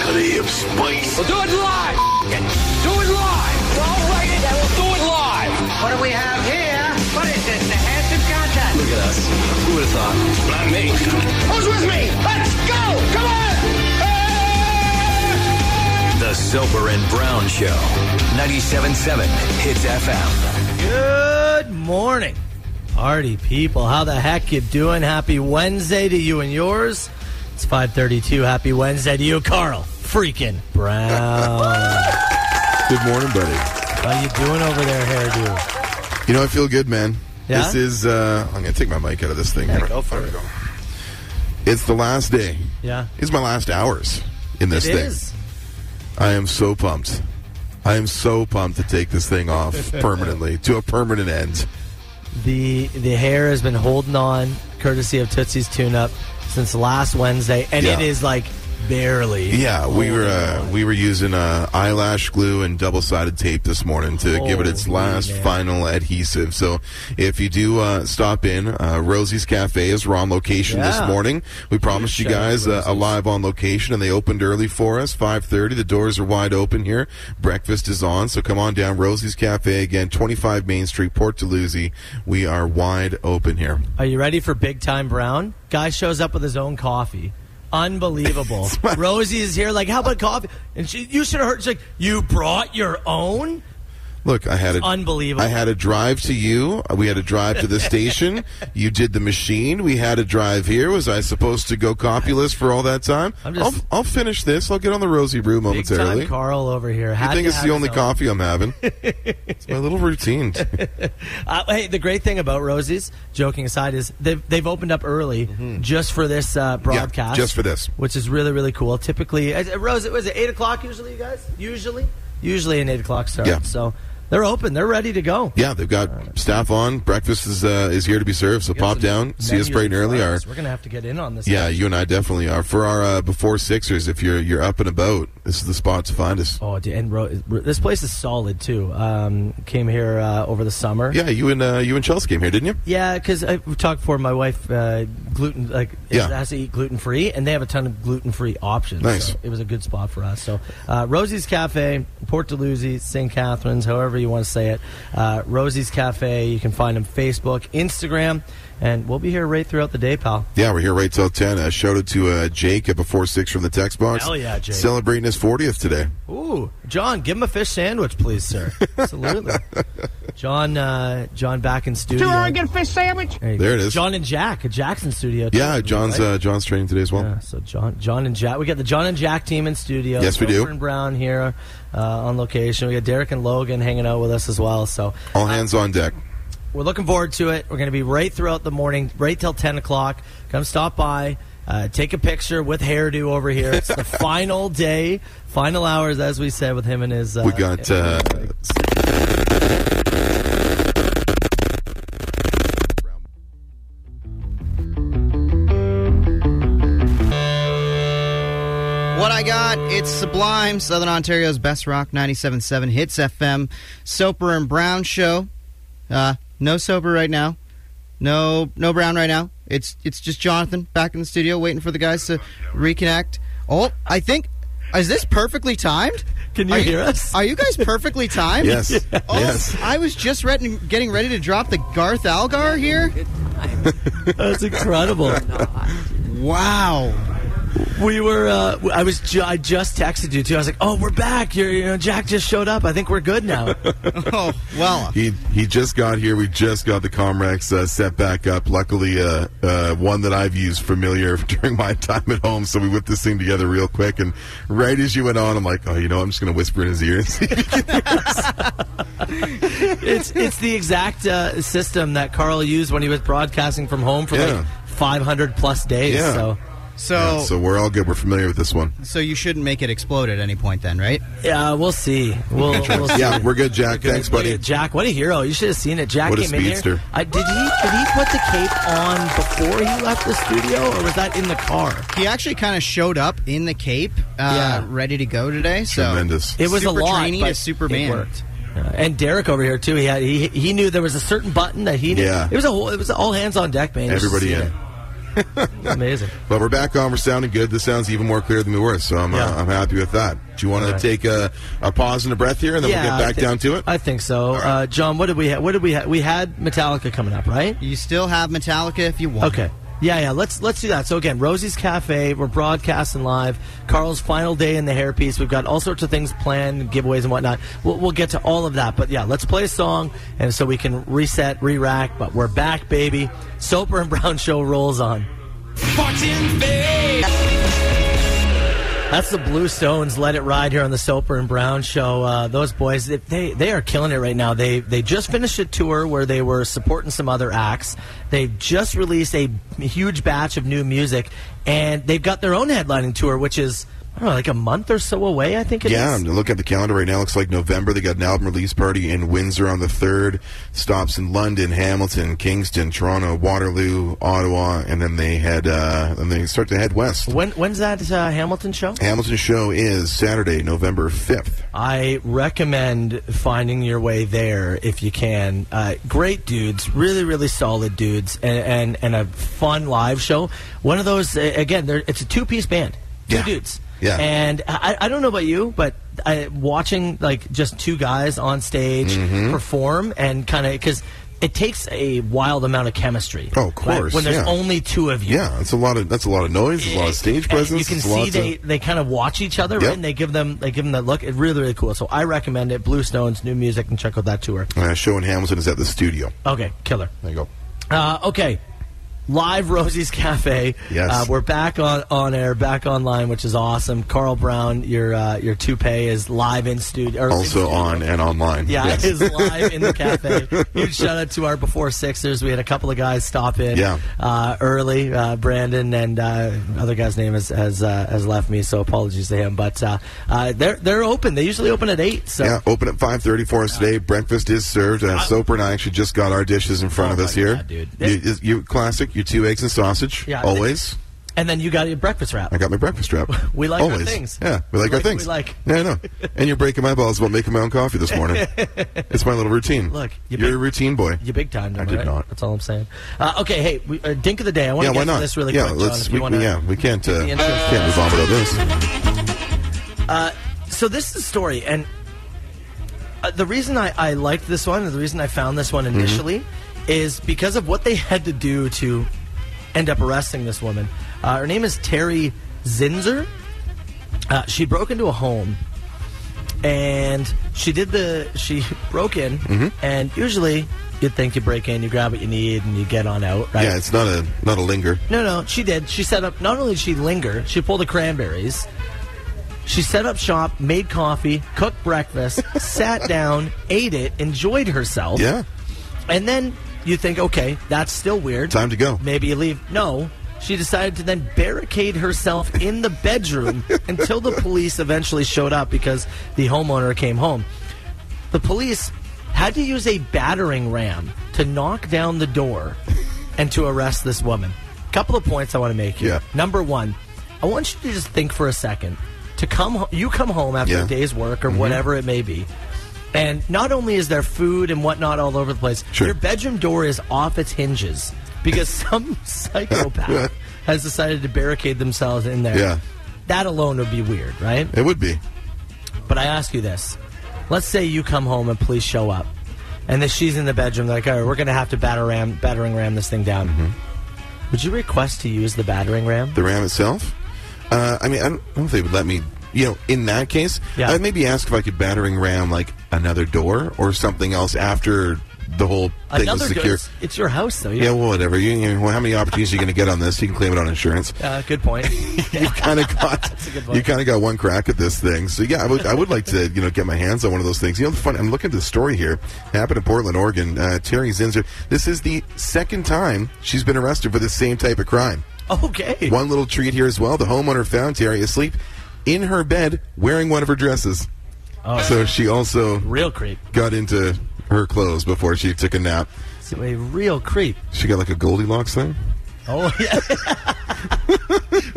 juice, please. We'll do it live. F- it. Do it live. I'll write it and we'll do it live. What do we have here? What is this? The handsome contest. Look at us. Who would have thought? Not me. Who's with me? Let's go. Come on. The Sober and Brown Show. 97.7 Hits FM. Good morning, Artie people. How the heck you doing? Happy Wednesday to you and yours. It's 5:32. Happy Wednesday to you, Carl. Freaking Brown. Good morning, buddy. How you doing over there, hairdo? You know, I feel good, man. Yeah? This is, uh, I'm going to take my mic out of this thing. Yeah, go for There we go. It's the last day. Yeah, It's my last hours in this it thing. is. I am so pumped. I am so pumped to take this thing off permanently, to a permanent end. The the hair has been holding on, courtesy of Tootsie's tune-up, since last Wednesday, and Yeah. it is like barely. Yeah, we were holding uh, we were using uh, eyelash glue and double sided tape this morning to give it its Holy last man. final adhesive. So if you do uh, stop in, uh, Rosie's Cafe is we're on location this Yeah. morning. We promised you shout out guys uh, a Rosie's. live on location, and they opened early for us, five thirty. The doors are wide open here. Breakfast is on, so come on down. Rosie's Cafe again, twenty five Main Street, Port Dalhousie. We are wide open here. Are you ready for big time Brown? Guy shows up with his own coffee. Unbelievable. Rosie is here, like, how about coffee? And she, you should have heard, she's like, you brought your own? Look, I had a, unbelievable. I had a drive to you. We had a drive to the station. You did the machine. We had a drive here. Was I supposed to go copulous for all that time? I'm just- I'll, I'll finish this. I'll get on the Rosie Brew Big time momentarily. I Carl over here. Had think to it's have the his only own. coffee I'm having. it's my little routine. Uh, hey, the great thing about Rosie's, joking aside, is they've, they've opened up early just for this uh, broadcast. Mm-hmm. just for this. Which is really, really cool. Typically, uh, Rose, was it 8 o'clock usually, you guys? Usually? Usually an 8 o'clock start. Yeah. So they're open, they're ready to go. Yeah, they've got staff on. Breakfast is uh, is here to be served. So pop down, see us Menus bright and and early. Our fries. We're going to have to get in on this. yeah, you and I definitely are. For our uh, before Sixers, if you're you're up and about, this is the spot to find us. Oh, dude, and Ro- this place is solid too. Um, came here uh, over the summer. Yeah, you and uh, you and Chelsea came here, didn't you? Yeah, because I we talked for my wife uh, gluten like is- Yeah. has to eat gluten free, and they have a ton of gluten free options. Nice. So it was a good spot for us. So uh, Rosie's Cafe, Port Dalhousie, St. Catharines, however you want to say it. Uh, Rosie's Cafe. You can find them Facebook, Instagram, and we'll be here right throughout the day, pal. Yeah, we're here right till 10. Uh, shout out to uh, Jake at Before Six from the text box. Hell yeah, Jake. Celebrating his 40th today. Ooh, John, give him a fish sandwich, please, sir. Absolutely. John, uh, John, back in studio. Do I get a fish sandwich? There, you There go. it is. John and Jack at Jackson Studio. too, Yeah, John's right? uh, John's training today as well. Yeah, so John, John and Jack. We got the John and Jack team in studio. Yes, we do. Roper and Brown here uh, on location. We got Derek and Logan hanging out with us as well. So All hands on deck. we're looking forward to it. We're going to be right throughout the morning, right till ten o'clock. Come stop by. Uh, take a picture with hairdo over here. It's the final day, final hours, as we said, with him and his. Uh, We got. Uh, What I got, it's Sublime, Southern Ontario's best rock 97.7 hits FM, Soper and Brown show. Uh, no Soper right now. No no Brown right now. It's it's just Jonathan back in the studio waiting for the guys to reconnect. Oh, I think is this perfectly timed? Can you Are hear us? Are you guys perfectly timed? yes. Oh, Yes. I was just ready, getting ready to drop the Garth Algar here. That's incredible. Wow. We were. Uh, I was. Ju- I just texted you too. I was like, "Oh, we're back. You're, you know, Jack just showed up. I think we're good now." Oh, well. He he just got here. We just got the Comrex uh, set back up. Luckily, uh, uh, one that I've used familiar during my time at home. So we whipped this thing together real quick. And right as you went on, I'm like, oh, you know, I'm just going to whisper in his ear and see it's it's the exact uh, system that Carl used when he was broadcasting from home for Yeah. like 500 plus days. Yeah. So So So we're all good. We're familiar with this one. so you shouldn't make it explode at any point then, right? yeah, we'll see. We'll, we'll see. Yeah, we're good, Jack. Thanks, buddy. Jack, what a hero! You should have seen it. Jack What a came in here. speedster. I, did he did he put the cape on before he left the studio, or was that in the car? He actually kind of showed up in the cape, uh, Yeah. ready to go today. So Tremendous. It was Super a lot, trainee but to Superman. It worked. Yeah, and Derek over here too. He had he he knew there was a certain button that he. Knew. Yeah. It was a whole, it was all hands on deck, man. You should Everybody see in. it. Amazing. But we're back on. We're sounding good. This sounds even more clear than we were, so I'm, Yeah. uh, I'm happy with that. Do you want to All right. take a, a pause and a breath here, and then yeah, we'll I get back think- down to it? I think so. Uh, John, what did we have? What did we have? We had Metallica coming up, right? You still have Metallica if you want. Okay. Yeah, yeah. Let's let's do that. So again, Rosie's Cafe. We're broadcasting live. Carl's final day in the hairpiece. We've got all sorts of things planned, giveaways and whatnot. We'll, we'll get to all of that. But yeah, let's play a song, and so we can reset, re-rack. But we're back, baby. Soper and Brown show rolls on. That's the Blue Stones. Let it ride here on the Soper and Brown show. Uh, those boys, they- they they are killing it right now. They they just finished a tour where they were supporting some other acts. They've just released a huge batch of new music, and they've got their own headlining tour, which is I don't know, like a month or so away. I think it is. Yeah, I'm looking at the calendar right now. It looks like November. They got an album release party in Windsor on the 3rd. Stops in London, Hamilton, Kingston, Toronto, Waterloo, Ottawa, and then they head uh, and they start to head west. When when's that uh, Hamilton show? Hamilton show is Saturday, November 5th. I recommend finding your way there if you can. Uh, great dudes, really, really solid dudes, and, and, and a fun live show. One of those, uh, again, they're- it's a two piece band, two Yeah. dudes. Yeah. And I, I don't know about you, but I, watching like just two guys on stage Mm-hmm. perform and kind of because it takes a wild amount of chemistry. Oh, of right? course, When there's yeah. only two of you. Yeah, it's a lot of that's a lot of noise, a lot of stage And presence. You can it's a lot see they, of- they kind of watch each other, Yep. right? And they give them they give them that look. It's really really cool. So I recommend it. Blue Stones, new music, and check out that tour. uh, show in Hamilton is at the studio. Okay, killer. There you go. Uh, okay. Live Rosie's Cafe. Yes. Uh, we're back on, on air, back online, which is awesome. Carl Brown, your uh, your toupee is live in studio. or- Also on and online. Yeah, Yes. it is live in the cafe. Huge shout out to our before Sixers. We had a couple of guys stop in Yeah. uh, early. Uh, Brandon and uh, other guy's name has has, uh, has left me, so apologies to him. But uh, uh, they're they're open. They usually open at eight. So Yeah, open at 5.30 for us today. Breakfast is served. Uh, Soper and I actually just got our dishes in front Oh of my us here. God, dude. You, is- you- classic, your two eggs and sausage, Yeah. always. and then you got your breakfast wrap. I got my breakfast wrap. We like our always. things. Yeah, we like We our like- things. we like. Yeah, I know. and you're breaking my balls about making my own coffee this morning. it's my little routine. Look, you you big- are a routine boy. You big time. I did not. That's all I'm saying. Uh, okay, hey, we, uh, dink of the day. I want yeah, to why get to not? this really yeah, quick. John, let's. if we, you wanna- yeah, we can't. Uh, intro can't move on without this. so this is the story and uh, the reason I, I liked this one and the reason i found this one initially is because of what they had to do to end up arresting this woman uh, her name is terry zinzer uh, she broke into a home and she did the she broke in and usually you'd think you break in you grab what you need and you get on out right Yeah, it's not a not a linger. no, no, she did. She set up. Not only did she linger, she pulled the cranberries. She set up shop, made coffee, cooked breakfast, sat down, ate it, enjoyed herself. Yeah, And then you think, okay, that's still weird. time to go. Maybe you leave. No. She decided to then barricade herself in the bedroom until the police eventually showed up because the homeowner came home. The police had to use a battering ram to knock down the door and to arrest this woman. Couple of points I want to make here. Yeah. Number one, I want you to just think for a second. To come, ho- you come home after Yeah. a day's work or Mm-hmm. whatever it may be, and not only is there food and whatnot all over the place, Sure. your bedroom door is off its hinges because some psychopath has decided to barricade themselves in there. Yeah. That alone would be weird, right? It would be. But I ask you this. Let's say you come home and police show up. And then she's in the bedroom. They're like, all right, we're going to have to batter ram, battering ram this thing down. Mm-hmm. Would you request to use the battering ram? The RAM itself? Uh, I mean, I don't I don't know if they would let me. You know, in that case, Yeah. I'd maybe ask if I could battering ram like another door or something else after the whole thing was good- secure. it's, it's your house, though. Yeah, well, whatever. You, you well, how many opportunities are you going to get on this? You can claim it on insurance. Uh, good point. You kind of got good point. you kind of got one crack at this thing. So yeah, I would I would like to you know get my hands on one of those things. You know, the fun. I'm looking at the story here. Happened in Portland, Oregon. Uh, Terry Zinzer. This is the second time she's been arrested for the same type of crime. okay. One little treat here as well. The homeowner found Terry asleep in her bed wearing one of her dresses. So she also Real creep. got into her clothes before she took a nap. So a real creep. She got like a Goldilocks thing. Oh, yeah.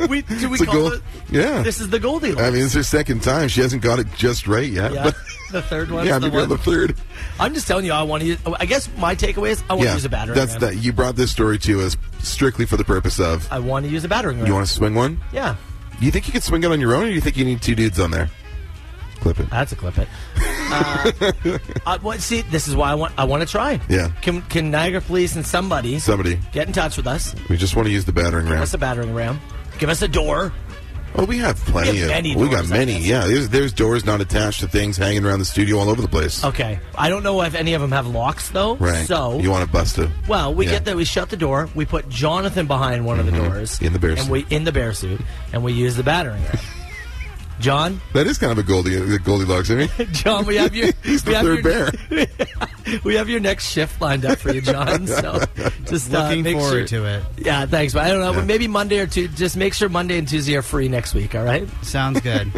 we, do we It's a call gold- it? yeah. This is the Goldilocks. I mean, it's her second time. She hasn't got it just right yet. Yeah. But The third one. yeah, Yeah, I'm the gonna one. go the third. I'm just telling you, I want to use. I guess my takeaway is I want yeah, to use a battering that's ram. that. You brought this story to us strictly for the purpose of. I want to use a battering ram. You want to swing one? yeah, Do you think you could swing it on your own, or do you think you need two dudes on there? Clip it. that's a clip it. Uh, I, well, see, this is why I want. I want to try. Yeah. Can Can Niagara Police and somebody Somebody, get in touch with us? we just want to use the battering Give ram. us a battering ram. Give us a door. Oh, we have plenty We have of. many we got doors, I many. guess. Yeah, there's, there's doors not attached to things hanging around the studio all over the place. Okay. I don't know if any of them have locks though. right. Oh, So you want to bust it? Well, we Yeah. Mm-hmm. get there. We shut the door. We put Jonathan behind one of the doors In the bear and suit. We in the bear suit, and we use the battering ram. John, That is kind of a Goldie a Goldilocks, isn't it? John, we have your He's the we have third your, bear. we have your next shift lined up for you, John. So just uh, Looking make forward sure. to it. Yeah, thanks. But I don't know. Yeah. Maybe Monday or two. Just make sure Monday and Tuesday are free next week. All right. Sounds good.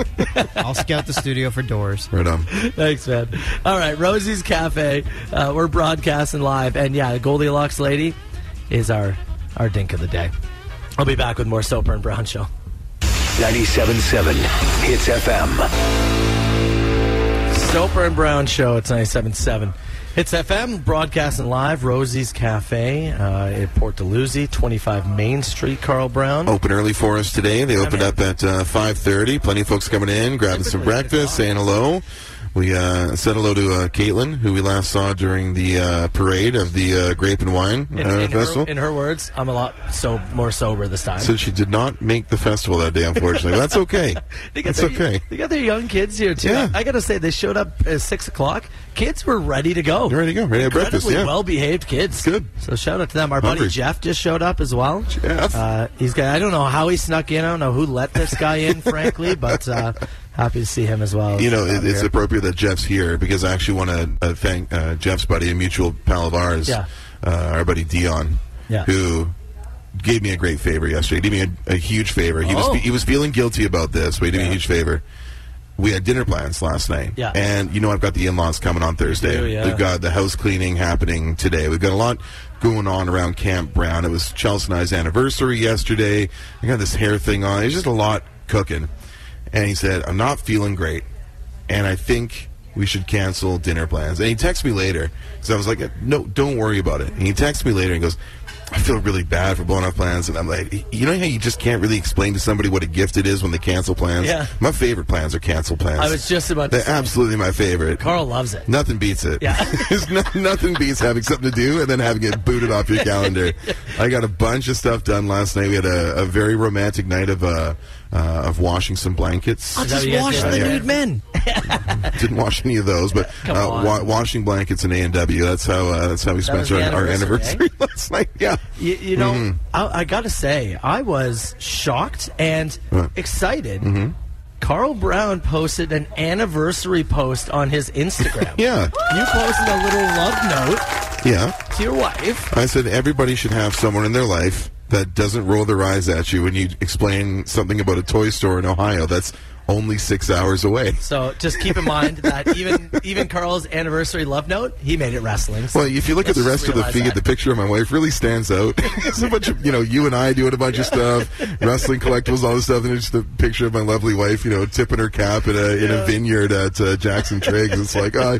I'll scout the studio for doors. Right on. Thanks, man. All right, Rosie's Cafe. Uh, we're broadcasting live, and yeah, the Goldilocks lady is our our dink of the day. I'll be back with more Soper and Brown show. 97.7 Hits FM. Soper and Brown Show. It's 97.7. It's FM, broadcasting live, Rosie's Cafe uh, at Port Dalhousie, 25 Main Street, Carl Brown. Open early for us today. They opened up at uh, five thirty. Plenty of folks coming in, grabbing some breakfast, saying hello. We uh, said hello to uh, Caitlin, who we last saw during the uh, parade of the uh, Grape and Wine in, uh, in her, Festival. in her words, I'm a lot so more sober this time. so she did not make the festival that day, unfortunately. That's okay. They got That's their, okay. They got their young kids here too. Yeah. I, got to say, they showed up at six o'clock. Kids were ready to go. You're ready to go. Ready to have breakfast. Incredibly Yeah. well-behaved kids. Good. So shout out to them. Our buddy Hungry. Jeff just showed up as well. Jeff. Uh, he's got. I don't know how he snuck in. I don't know who let this guy in, frankly, but uh, happy to see him as well. You know, Out it, it's here. appropriate that Jeff's here because I actually want to uh, thank uh, Jeff's buddy, a mutual pal of ours, Yeah. uh, our buddy Dion, Yeah. who gave me a great favor yesterday. He did me a, a huge favor. He Oh. was he was feeling guilty about this, but he did me a huge favor. We had dinner plans last night, Yeah. and you know I've got the in-laws coming on Thursday. do, yeah. We've got the house cleaning happening today. We've got a lot going on around Camp Brown. It was Chelsea and I's anniversary yesterday. I got this hair thing on. It's just a lot cooking. And he said, I'm not feeling great. And I think we should cancel dinner plans. And he texted me later. So I was like, no, don't worry about it. And he texted me later and goes, I feel really bad for blowing off plans. And I'm like, you know how you just can't really explain to somebody what a gift it is when they cancel plans? Yeah. My favorite plans are cancel plans. I was just about to They're say. absolutely my favorite. Carl loves it. Nothing beats it. Yeah. There's no, nothing beats having something to do and then having it booted off your calendar. I got a bunch of stuff done last night. We had a, a very romantic night of uh, uh, of washing some blankets. Is that what you guys wash Oh, did? the Yeah. nude men. Didn't wash any of those, but Come uh, on. wa- washing blankets in A and W. That's how uh, that's how we spent was our, the our anniversary, eh? anniversary last night. Yeah. You, you know, Mm-hmm. I, I got to say, I was shocked and Right. excited. Mm-hmm. Carl Brown posted an anniversary post on his Instagram. Yeah. You posted a little love note Yeah. to your wife. I said everybody should have someone in their life that doesn't roll their eyes at you when you explain something about a toy store in Ohio that's only six hours away. So just keep in mind that even even Carl's anniversary love note, he made it wrestling. So Well, if you look let's at the just rest of the realize feed, that. the picture of my wife really stands out. it's a bunch of, you know, you and I doing a bunch of stuff, wrestling collectibles, all this stuff, and it's just a picture of my lovely wife, you know, tipping her cap at a, in a vineyard at uh, Jackson Triggs. It's like, oh,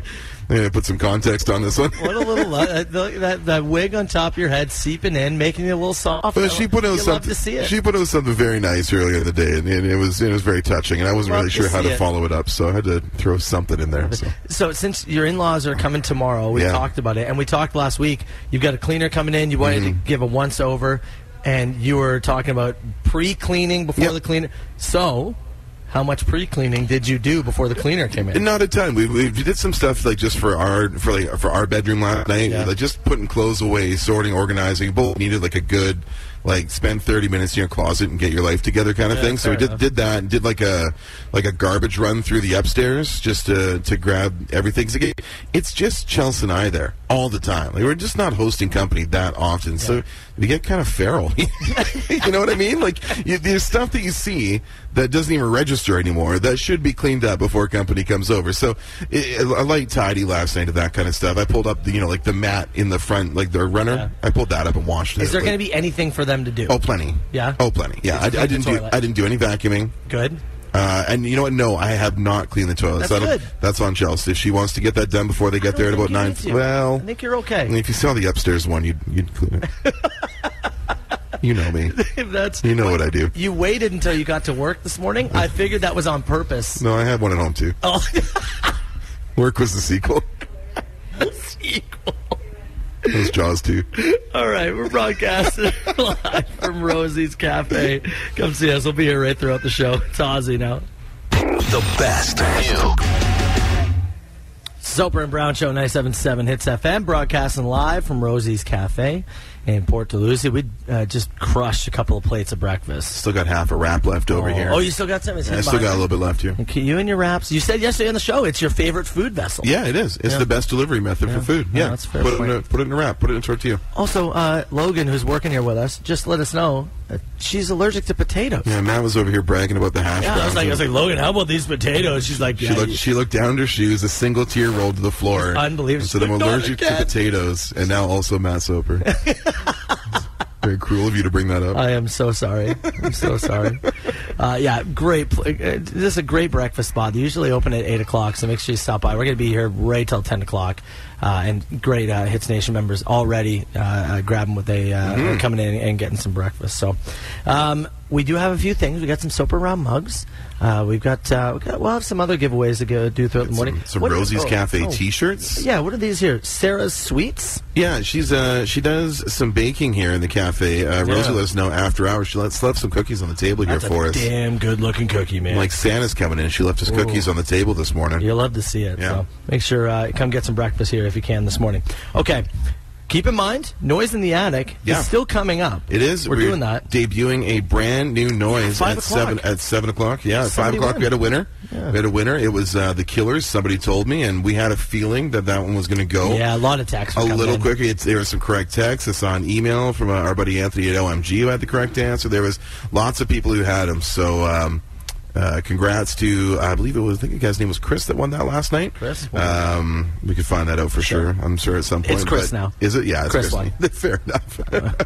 I'm going to put some context on this one. What a little lo- uh, the- that that wig on top of your head seeping in, making you a little soft. But she put You out love something. to see it. She put out something very nice earlier in the day, and, and it was it was very touching. And I wasn't Love really to sure how see to it. follow it up, so I had to throw something in there. So. So since your in-laws are coming tomorrow, we Yeah. talked about it, and we talked last week. You've got a cleaner coming in. You wanted Mm-hmm. to give a once-over, and you were talking about pre-cleaning before Yep. the cleaner. So, how much pre-cleaning did you do before the cleaner came in? Not a ton. We, we did some stuff like just for our for like for our bedroom last night. Yeah. Like just putting clothes away, sorting, organizing. Both needed like a good like spend thirty minutes in your closet and get your life together kind of thing. So fair we did enough. did that and did like a like a garbage run through the upstairs just to to grab everything. 'Cause again, It's just Chelsea and I there all the time. Like we're just not hosting company that often, so we get kind of feral. you know what I mean? Like you, there's stuff that you see that doesn't even register anymore that should be cleaned up before company comes over. So i- a light tidy last night of that kind of stuff. I pulled up the you know like the mat in the front like the runner. I pulled that up and washed it. Is there Like- going to be anything for them to do? Oh, plenty. Yeah? Oh, plenty. Yeah, I, Did you I clean the didn't do. toilet? I didn't do any vacuuming. good. Uh, and you know what? No, I have not cleaned the toilets. That's That'll- good. That's on Chelsea. She wants to get that done before they get there at about nine. Well, I think you're okay. if you saw the upstairs one, you'd you'd clean it. you know me. If that's You know what I do. you waited until you got to work this morning. I figured that was on purpose. No, I had one at home too. Oh, Work was the sequel. sequel. It was Jaws too. All right, we're broadcasting live from Rosie's Cafe. Come see us. We'll be here right throughout the show. It's Ozzy now. The best. Soper and Brown Show 977 Hits FM, broadcasting live from Rosie's Cafe in Port Duluth. We uh, just crushed a couple of plates of breakfast. Still got half a wrap left over oh, here. oh, you still got something? I still got a little bit left here. Okay, you and your wraps. You said yesterday on the show it's your favorite food vessel. Yeah, it is. It's Yeah. the best delivery method for food. Yeah, Yeah, that's a fair put point. it in a put it in a wrap. Put it in a tortilla. Also, uh, Logan, who's working here with us, just let us know that she's allergic to potatoes. Yeah, Matt was over here bragging about the hash Yeah, browns. I was like, I and was like, Logan, how about these potatoes? She's like, she yeah, looked. She looked down at her shoes. A single tear rolled to the floor. It's unbelievable. And said, "I'm She's like, "Not allergic to again." potatoes," and now also Matt Soper. Very cruel of you to bring that up. I am so sorry. I'm so sorry. Uh, yeah, great. Pl- uh, this is a great breakfast spot. They usually open at 8 o'clock, so make sure you stop by. We're going to be here right till 10 o'clock. Uh, and great uh, Hits Nation members already uh, uh, grabbing what they uh, are coming in and getting some breakfast. So um, we do have a few things. we got some soap around mugs. Uh, we've got, uh, we got, we'll have some other giveaways to go do throughout the morning. Some, some What are- Rosie's oh, Cafe oh. T-shirts. Yeah, what are these here? Sarah's Sweets? Yeah, she's uh she does some baking here in the cafe. Uh, Rosie Yeah. let us know after hours. She left, left some cookies on the table here That's for a us. damn good looking cookie, man. Like Santa's coming in, she left us cookies on the table this morning. You'll love to see it. Yeah. So make sure uh, come get some breakfast here if you can this morning. Okay. Keep in mind, noise in the attic Yeah. is still coming up. It is. We're We're doing that. Debuting a brand new noise at Five o'clock. seven at seven o'clock. Yeah, at five Somebody o'clock won. we had a winner. We had a winner. It was uh, the Killers. Somebody told me, and we had a feeling that that one was going to go. Yeah, a lot of texts. were A coming little in. quicker. It's, there was some correct text. I saw an email from uh, our buddy Anthony at OMG who had the correct answer. There was lots of people who had them. So, um, uh, congrats to I believe it was I think the guy's name was Chris that won that last night. Chris? Um, we could find that out for sure. I'm sure at some point. It's Chris but- now. Is it? Yeah, it's Chris Chris. won. Fair enough.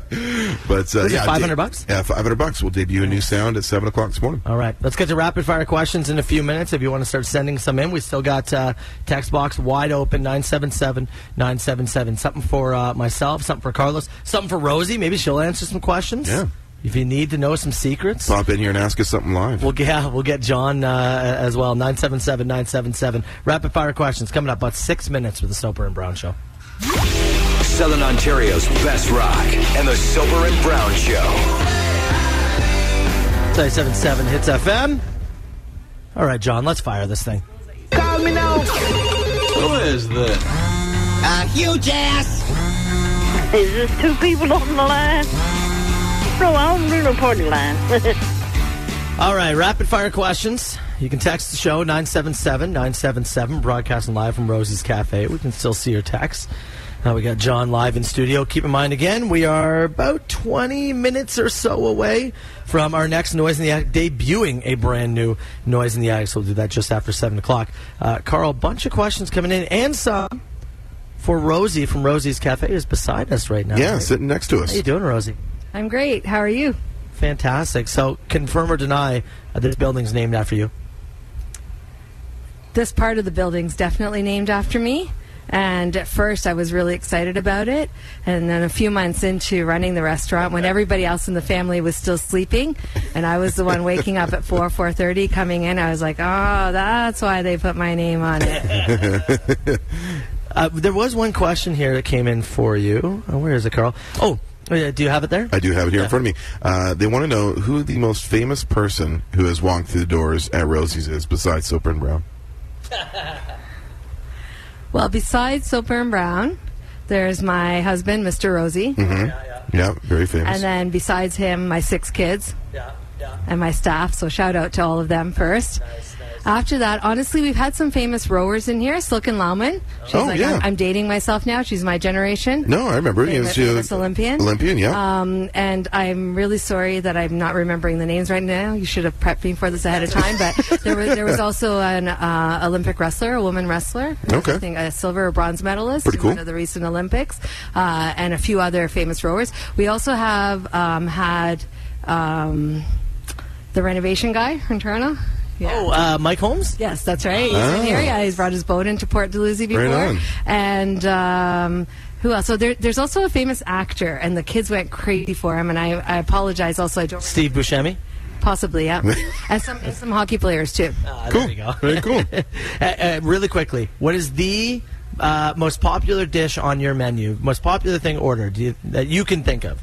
but uh, Was it yeah, 500 de- bucks? Uh, Yeah, 500 bucks. We'll debut a new sound at seven o'clock this morning. All right, let's get to rapid fire questions in a few minutes. If you want to start sending some in, we still got uh, text box wide open 977 977. Something for uh, myself, something for Carlos, something for Rosie. Maybe she'll answer some questions. Yeah. If you need to know some secrets, Pop in here and ask us something live. We'll get, yeah, we'll get John uh, as well. 977 977. Rapid fire questions coming up about six minutes with the Soper and Brown Show. Southern Ontario's best rock and the Sober and Brown Show. 977 hits FM. All right, John, let's fire this thing. A huge ass. Is this two people on the line? No, I don't do no party line. All right, rapid fire questions. You can text the show 977 977, broadcasting live from Rosie's Cafe. We can still see your texts. Now we got John live in studio. Keep in mind again, we are about 20 minutes or so away from our next Noise in the Attic, debuting a brand new Noise in the Attic. So we'll do that just after 7 o'clock. Uh, Carl, bunch of questions coming in and some for Rosie from Rosie's Cafe is beside us right now. yeah, sitting next to How us. you doing, Rosie? I'm great. How are you? Fantastic. So confirm or deny uh, this building's named after you. This part of the building's definitely named after me. And at first, I was really excited about it. And then a few months into running the restaurant, when everybody else in the family was still sleeping, and I was the one waking up at four, four thirty, coming in, I was like, "Oh, that's why they put my name on it." Uh, there was one question here that came in for you. Oh, where is it, Carl? Oh, uh, do you have it there? I do have it here in front of me. Uh, they want to know who the most famous person who has walked through the doors at Rosie's is besides Soper and Brown. Well, besides Soper and Brown, there's my husband, Mr. Rosie, Mm-hmm. Yeah, very famous. and then besides him, my six kids. Yeah, yeah. and my staff. So shout out to all of them first. After that, honestly, we've had some famous rowers in here. Silken Lauman. She's Oh, like, yeah. I'm, I'm dating myself now. She's my generation. no, I remember. He Famous, was, uh, famous Olympian. Olympian, yeah. Um, and I'm really sorry that I'm not remembering the names right now. You should have prepped me for this ahead of time. But there was there was also an uh, Olympic wrestler, a woman wrestler. Okay. I think a silver or bronze medalist Pretty in cool. one of the recent Olympics, uh, and a few other famous rowers. We also have um, had um, the renovation guy from Toronto. Yeah. Oh, uh, Mike Holmes? Yes, that's right. He's Ah. been here. Yeah, he's brought his boat into Port Dalhousie before. on. And um, who else? So there, there's also a famous actor, and the kids went crazy for him. And I, I apologize. Also, I don't Steve Buscemi? possibly yeah, and some and some hockey players too. Uh, Cool. There you go. Very cool. Uh, uh, really quickly, what is the uh, most popular dish on your menu? Most popular thing ordered do you, that you can think of?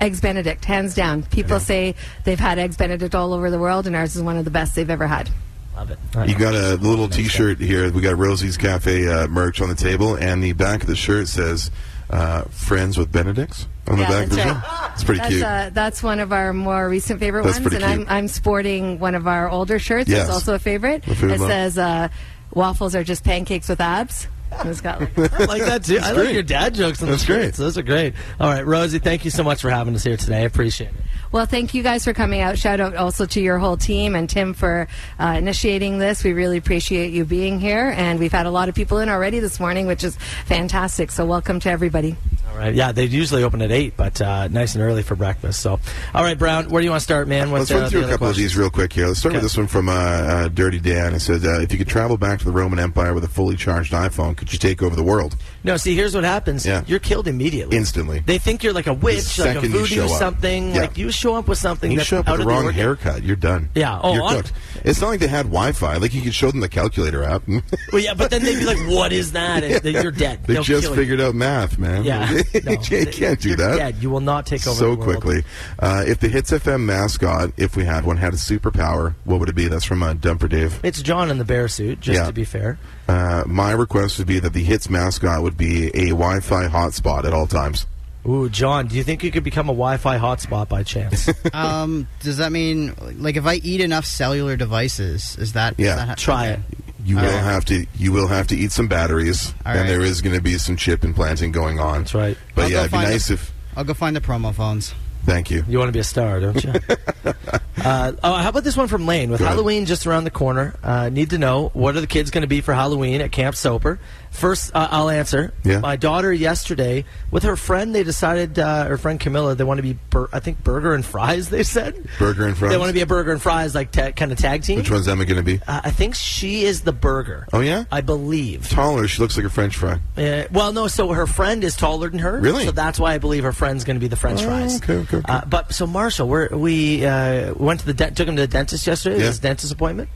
Eggs Benedict, hands down. People say they've had Eggs Benedict all over the world, and ours is one of the best they've ever had. Love it. You got a little T-shirt here. We got Rosie's Cafe uh, merch on the table, and the back of the shirt says uh, "Friends with Benedicts" on Yeah, the back of the that's shirt. right. It's pretty That's, cute. uh, that's one of our more recent favorite That's ones, pretty and cute. I'm, I'm sporting one of our older shirts. Yes. It's also a favorite. My favorite It one. says uh, "Waffles are just pancakes with abs." And It's got like, I like that too. I like great. your dad jokes. On That's the great. shirts. Those are great. All right, Rosie, thank you so much for having us here today. I appreciate it. well, thank you guys for coming out. Shout out also to your whole team and Tim for uh, initiating this. We really appreciate you being here, and we've had a lot of people in already this morning, which is fantastic. So welcome to everybody. All right, yeah, they usually open at eight, but uh, nice and early for breakfast. So, all right, Brown, where do you want to start, man? Let's What's, uh, run the through a other couple of question? these real quick here. Let's start with Okay. this one from uh, uh, Dirty Dan. It says, uh, "If you could travel back to the Roman Empire with a fully charged iPhone, could you take over the world No, see, here's what happens. Yeah. You're killed immediately. instantly?" They think you're like a witch, like a second you voodoo show up. something. Yeah. Like you show up with something. You that's show up out with the of wrong ordinary. haircut, you're done. Yeah, oh, you're I'm- cooked. It's not like they had Wi-Fi. Like you could show them the calculator app. Well, yeah, but then they'd be like, "What is that?" And then you're dead. they They'll just kill figured out math, man. You. Yeah, no, you can't do you're that. Dead. You will not take over so the world. quickly. Uh, if the Hits FM mascot, if we had one, had a superpower, what would it be? That's from uh, Dumper Dave. It's John in the bear suit, just Yeah. to be fair. Uh, my request would be that the Hits mascot would be a Wi-Fi hotspot at all times. Ooh, John, do you think you could become a Wi-Fi hotspot by chance? Um, does that mean like if I eat enough cellular devices, is that Yeah, Is that how- Try it. okay. You will right. have to. You will have to eat some batteries, All and right. there is going to be some chip implanting going on. That's right. But I'll yeah, go it'd be find nice it. if. I'll go find the promo phones. Thank you. You want to be a star, don't you? uh, oh, how about this one from Lane? With ahead. Halloween just around the corner, uh, need to know what are the kids going to be for Halloween at Camp Soper? First, uh, I'll answer. Yeah. My daughter yesterday with her friend, they decided uh, her friend Camilla, they want to be bur- I think burger and fries. They said Burger and fries? They want to be a burger and fries like ta kind of tag team. Which one's Emma going to be? Uh, I think she is the burger. Oh, yeah? I believe. Taller. She looks like a French fry. Uh, well, no. So her friend is taller than her. Really? So that's why I believe her friend's going to be the French Oh, fries. okay, okay, okay. Uh, but so Marshall, we're, we uh, went to the de- took him to the dentist yesterday. Yeah. His dentist appointment,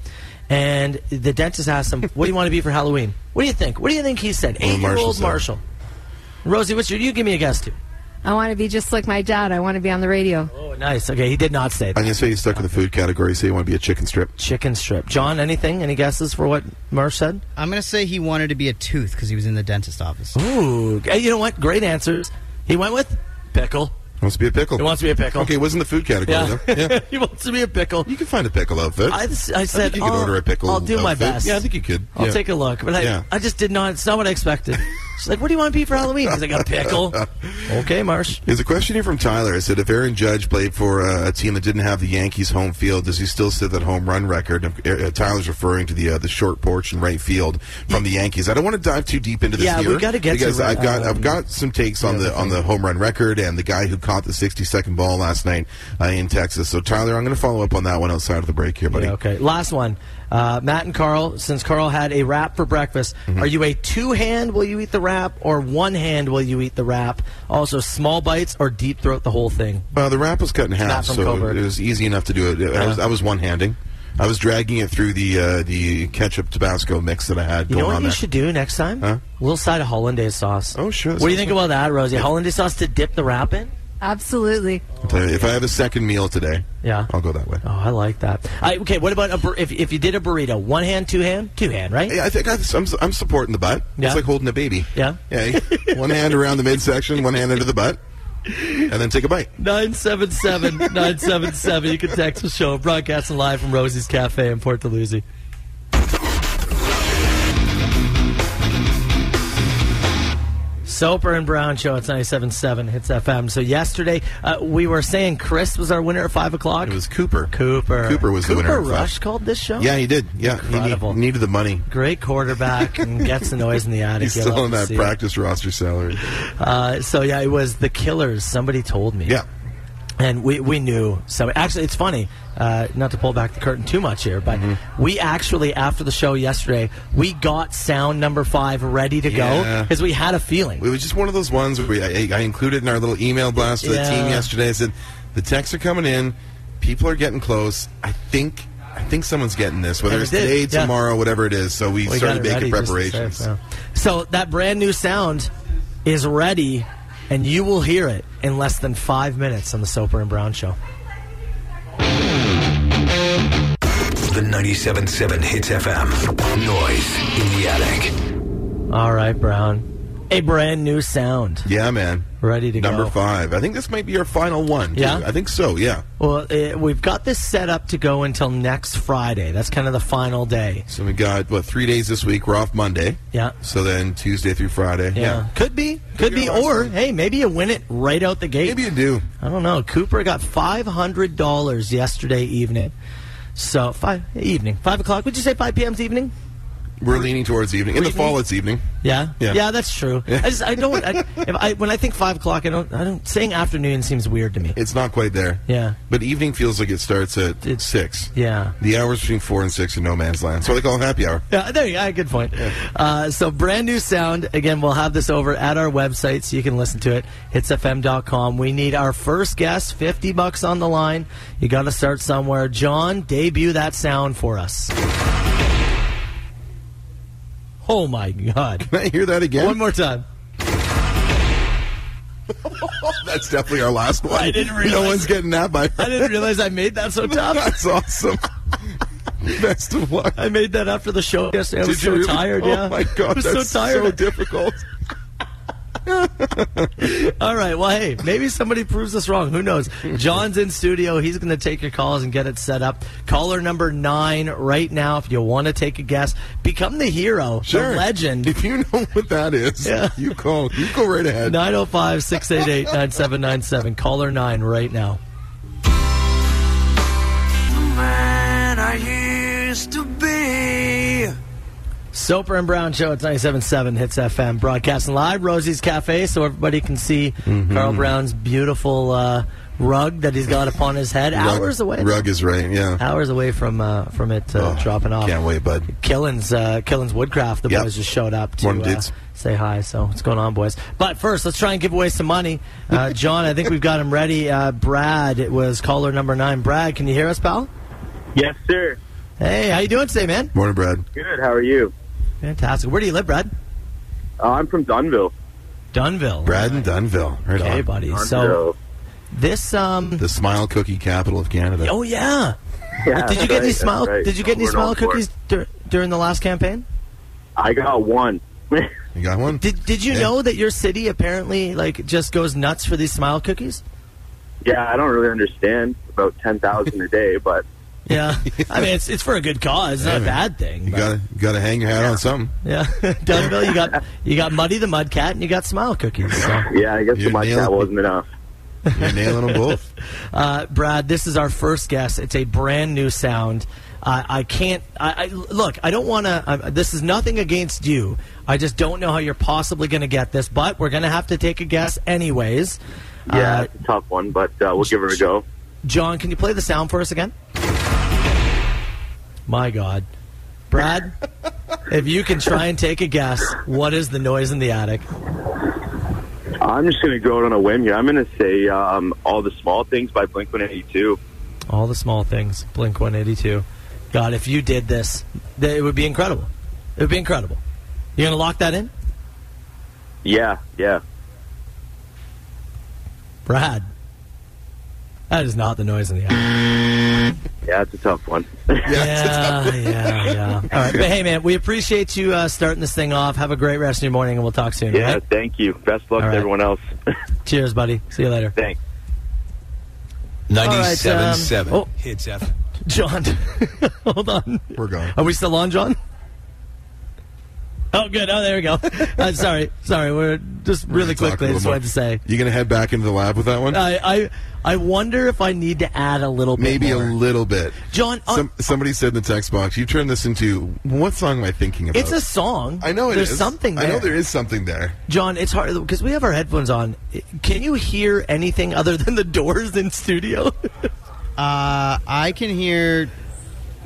and the dentist asked him, "What do you want to be for Halloween? What do you think? What do you think?" He said, did eight year old Marshall Marshall." Rosie, what's your? You give me a guess too. I want to be just like my dad. I want to be on the radio. Oh, nice. Okay, he did not say I'm that. going to say you stuck with the food category. Say you want to be a chicken strip. Chicken strip. John, anything? Any guesses for what Marsh said? I'm gonna say he wanted to be a tooth because he was in the dentist office. Ooh, hey, you know what? Great answers. He went with pickle. Wants to be a pickle. He wants to be a pickle. Okay, it wasn't the food category Yeah. though. Yeah. he wants to be a pickle. You can find a pickle outfit. I, I said, think you could "I'll- order a pickle. I'll do my outfit. best. Yeah, I think you could. I'll Yeah. take a look. But I, Yeah. I just did not. It's not what I expected. She's like, "What do you want to be for Halloween?" Because I got a pickle. okay, Marsh. There's a question here from Tyler. It said, if Aaron Judge played for uh, a team that didn't have the Yankees home field, does he still sit that home run record? Uh, Tyler's referring to the uh, the short porch in right field from the Yankees. I don't want to dive too deep into this Yeah, we here gotta get to, because I've got um, I've got some takes on the on the home run record and the guy who caught the 62nd ball last night uh, in Texas. So Tyler, I'm going to follow up on that one outside of the break here, buddy. Yeah, okay. Last one. Uh, Matt and Carl. Since Carl had a wrap for breakfast, Mm-hmm. are you a two hand? Will you eat the wrap, or one hand? Will you eat the wrap? Also, small bites or deep throat the whole thing. Well, Uh, the wrap was cut in half, from so Coburg. it was easy enough to do it. I was, I was one handing. I was dragging it through the uh, the ketchup Tabasco mix that I had You going know what on you there. should do next time? Huh? A little side of hollandaise sauce. Oh, sure. What do you think about that, Rosie? Hollandaise sauce to dip the wrap in? Absolutely. I'll tell you, if I have a second meal today, Yeah. I'll go that way. Oh, I like that. I, okay, what about a bur- if if you did a burrito, one hand, two hand, two hand, right? Yeah, I think I, I'm, I'm supporting the butt. Yeah. It's like holding a baby. Yeah. Yeah. one hand around the midsection, one hand under the butt, and then take a bite. 977 977. You can text the show. Broadcasting live from Rosie's Cafe in Port Dalhousie. Soper and Brown Show. It's 977 Hits FM. So, yesterday, uh, we were saying Chris was our winner at 5 o'clock. It was Cooper. Cooper. Cooper was the winner Cooper at five. Rush called this show? Yeah, he did. Yeah, he Incredible. need- needed the money. Great quarterback and gets the noise in the attic. He's You still love on to that see it. practice roster salary. Uh, so yeah, it was the Killers. Somebody told me. Yeah. and we, we knew so actually it's funny uh, not to pull back the curtain too much here but Mm-hmm. we actually after the show yesterday we got sound number five ready to Yeah. go because we had a feeling It was just one of those ones where we, I, I included in our little email blast to the Yeah. team yesterday. I said, the texts are coming in. People are getting close. I think I think someone's getting this, whether And we it's did, today, yeah. tomorrow, whatever it is. So we, We started got making it ready just to preparations. serve, yeah. So that brand new sound is ready, and you will hear it in less than five minutes on the Soper and Brown Show. The 97.7 Hits FM. Noise in the attic. All right, Brown, a brand new sound Yeah, man. ready to Number go. five. I think this might be our final one. too. Yeah? I think so. Yeah. Well, eh, we've got this set up to go until next Friday. That's kind of the final day. So we got what three days this week. We're off Monday. Yeah. So then Tuesday through Friday. Yeah. Yeah. Could be. Could be. last Or, hey, maybe you win it right out the gate. Maybe you do. I don't know. Cooper got five hundred dollars yesterday evening. So five evening, five o'clock. Would you say five p.m.'s evening? We're leaning towards evening. In the fall, it's evening. Yeah, Yeah. that's true. Yeah. I, just, I don't. I, if I, when I think five o'clock, I don't. I don't. Saying afternoon seems weird to me. It's not quite there. Yeah. But evening feels like it starts at It's- six. Yeah. The hours between four and six in no man's land. So they call it happy hour. Yeah, there you go. Good point. Uh, so, brand new sound. Again, we'll have this over at our website so you can listen to it. Hitsfm.com. We need our first guest, 50 bucks on the line. You got to start somewhere. John, debut that sound for us. Oh, my God. Can I hear that again? One more time. That's definitely our last one. I didn't realize- No one's getting that by. I didn't realize I made that so tough. That's awesome. Best of luck. I made that after the show yesterday. I was Did so you really- tired. Oh yeah. my god, I was that's so tired. So difficult. All right. Well, hey, maybe somebody proves us wrong. Who knows? John's in studio. He's going to take your calls and get it set up. Caller number nine right now. If you want to take a guess, become the hero, Sure. the legend. If you know what that is, Yeah. you call. You go right ahead. 905 688 9797. Caller 9 right now. Man, I used to be. Soper and Brown Show. It's 97.7 Hits FM. Broadcasting live, Rosie's Cafe, so everybody can see Mm-hmm. Carl Brown's beautiful uh, rug that he's got upon his head. Rug- Hours away. Rug is right. Yeah. Hours away from uh, from it uh, Oh, dropping off. Can't wait, bud. Killins, uh, Killins Woodcraft, the Yep. boys just showed up to Morning, uh, dudes. say hi. So what's going on, boys? But first, let's try and give away some money. Uh, John, I think we've got him ready. Uh, Brad it was caller number nine. Brad, can you hear us, pal? Yes, sir. Hey, how you doing today, man? Morning, Brad. Good. How are you? Fantastic. Where do you live, Brad? Uh, I'm from Dunville. Dunville. Brad and Dunville. Right Hey, on. buddy. So Dunville. this, um, The smile cookie capital of Canada. oh yeah. Yeah, Did that's you get any right, smile? that's right. Did you get any We're known smile for it. cookies dur- during the last campaign? I got one. You got one? Did Did you Yeah. know that your city apparently like just goes nuts for these smile cookies? yeah, I don't really understand about ten thousand a day, but Yeah, I mean it's it's for a good cause. It's not a bad thing. you but- got to got to hang your hat on something. yeah, Dunville, you got you got Muddy the Mud Cat and you got Smile Cookies. So. yeah, I guess You're the mic nailing- that wasn't enough. You're nailing them both. Uh, Brad, this is our first guess. It's a brand new sound. Uh, I can't. I, I look. I don't want to. This is nothing against you. I just don't know how you're possibly going to get this, but we're going to have to take a guess anyways. Yeah, Uh, it's a tough one, but uh, we'll give her a go. John, can you play the sound for us again? My God. Brad, if you can try and take a guess, what is the noise in the attic? I'm just gonna go out on a whim here. I'm gonna say um, all the small things by Blink One Eighty Two. All the small things, Blink 182. God, if you did this, th- it would be incredible. It would be incredible. You're going to lock that in? Yeah, yeah. Brad. That is not the noise in the attic. Yeah, it's a tough one. Yeah, yeah, yeah. All right. But hey, man, we appreciate you uh, starting this thing off. Have a great rest of your morning, and we'll talk soon. all yeah, right? thank you. Best luck All right. to everyone else. Cheers, buddy. See you later. Thanks. 97.7 All right, um, oh. Hits FM. John, hold on. We're gone. Are we still on, John? Oh, good. Oh, there we go. I'm sorry. Sorry. We're just Talk really a quickly. I little just more. wanted to say. Uh, You gonna head back into the lab with that one? I, I I wonder if I need to add a little bit. Maybe a more. little bit. John, uh, Some, somebody said in the text box, you turned this into what song am I thinking about? It's a song. uh, I know it There's is. something there. I know there is something there. John, it's hard because we have our headphones on. Can you hear anything other than the doors in studio? Uh, I can hear.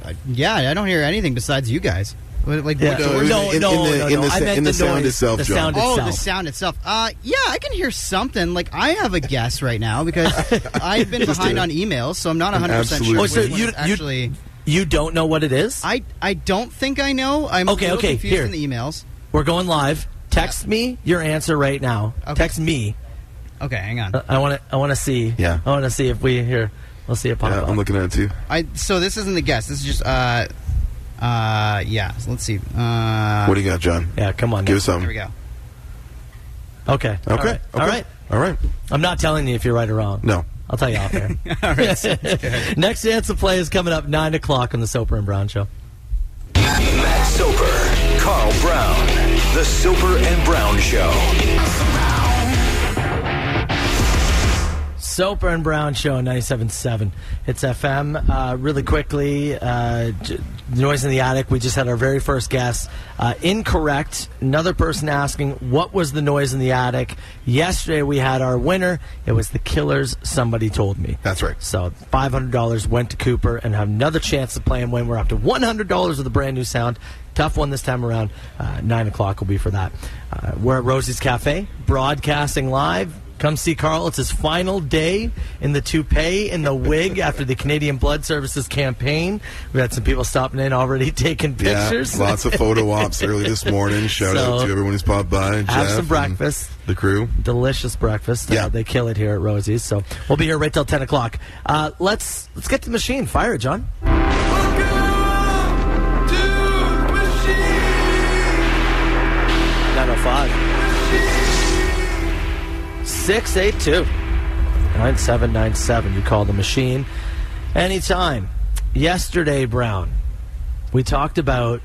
uh, yeah, I don't hear anything besides you guys. What- Like, Yeah. what- No, it was no, in- in no, the- no, in no. the I sa- meant in the sound noise, itself, the John. sound oh, itself. the sound itself. Uh, yeah, I can hear something. Like, I have a guess right now because I've been behind a- on emails, so I'm not 100 percent absolute- sure. Oh, so which one you- is you- actually, You don't know what it is? I I don't think I know. I'm Okay, a little okay, confused here. in the emails. We're going live. Text me your answer right now. Okay. Text me. Uh, Okay, hang on. I want to. I want to see. Yeah. I want to see if we here. Let's see it pop Yeah, up. I'm looking at it too. I so this isn't the guess. This is just uh, uh, yeah. So let's see. Uh, What do you got, John? yeah, come on. Give us something. here we go. Okay. Okay. All right. okay. All right. All right. I'm not telling you if you're right or wrong. No. I'll tell you off air. Next dance to play is coming up nine o'clock on the Soper and Brown Show. Matt Soper, Carl Brown, The Soper and Brown Show. Soper and Brown Show, 97.7. It's FM. Uh, really quickly, uh, j- Noise in the Attic. We just had our very first guest. Uh, incorrect. Another person asking, what was the noise in the attic? Yesterday we had our winner. It was the Killers, somebody told me. That's right. So $500 went to Cooper and have another chance to play and win. We're up to $100 with a brand new sound. Tough one this time around. Uh, 9 o'clock will be for that. Uh, we're at Rosie's Cafe, broadcasting live. Come see Carl. It's his final day in the toupee and the wig after the Canadian Blood Services campaign. We've had some people stopping in already taking Yeah, pictures. lots of photo ops early this morning. Shout So, out to everyone who's popped by. Jeff some and breakfast. The crew. delicious breakfast. Uh, Yeah. they kill it here at Rosie's. So we'll be here right till ten o'clock. Uh, let's let's get to the machine. Fire it, John. Nine oh five. Six eight two. Nine seven nine seven. You call the machine anytime. Yesterday, Brown, we talked about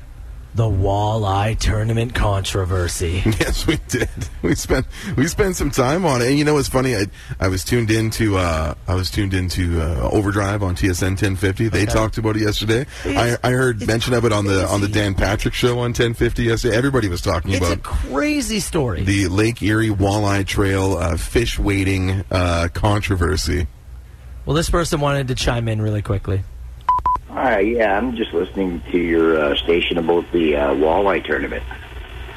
the walleye tournament controversy. Yes, we did. We spent we spent some time on it, and you know what's funny? I I was tuned into uh, I was tuned into uh, Overdrive on TSN 1050. They talked about it yesterday. I, I heard mention of it on the on the Dan Patrick show on 1050 yesterday. Everybody was talking It's about a crazy story. the Lake Erie Walleye Trail uh, fish wading uh, controversy. Well, this person wanted to chime in really quickly. Hi, yeah, I'm just listening to your uh, station about the uh, walleye tournament.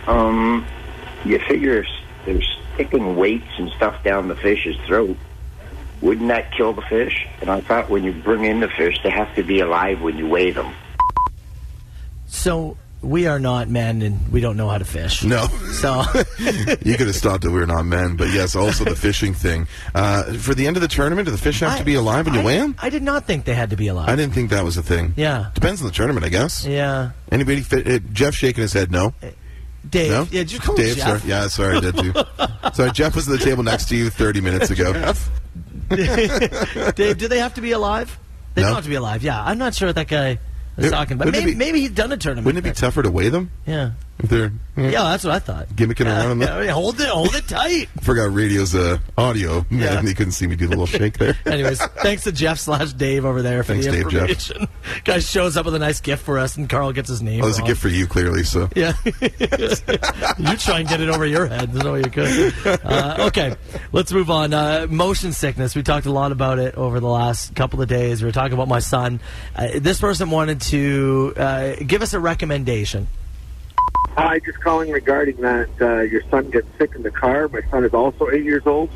Um, you figure if they're sticking weights and stuff down the fish's throat, wouldn't that kill the fish? And I thought when you bring in the fish, they have to be alive when you weigh them. So we are not men, and we don't know how to fish. No. So You could have stopped it. We were not men, but yes, also the fishing thing. Uh, for the end of the tournament, do the fish have to be alive when you I- weigh them? I did not think they had to be alive. I didn't think that was a thing. Yeah. depends on the tournament, I guess. yeah, Anybody? Fit, uh, Jeff shaking his head. No. Dave. No. Yeah, just call Dave. Jeff. Sorry. Yeah, sorry, I did too. sorry, Jeff was at the table next to you 30 minutes ago. Dave, do they have to be alive? They No. don't have to be alive. Yeah, I'm not sure what that guy was It- talking about. wouldn't it Maybe, be- maybe he'd done a tournament. Wouldn't it be tougher to weigh them yeah. if they're eh, Yeah, that's what I thought. gimmicking around? Yeah, hold it, hold it tight. Forgot radio's uh, audio. Yeah. and you couldn't see me do the little shake there. Anyways, thanks to Jeff slash Dave over there for Thanks, the Dave, Jeff. information. Guy shows up with a nice gift for us, and Carl gets his name. That was Oh, a wrong. gift for you, clearly. So Yeah. you try and get it over your head. There's no way you could. Uh, okay, let's move on. Uh, motion sickness. We talked a lot about it over the last couple of days. We were talking about my son. Uh, this person wanted to uh, give us a recommendation. Hi, just calling regarding that uh, your son gets sick in the car. My son is also eight years old.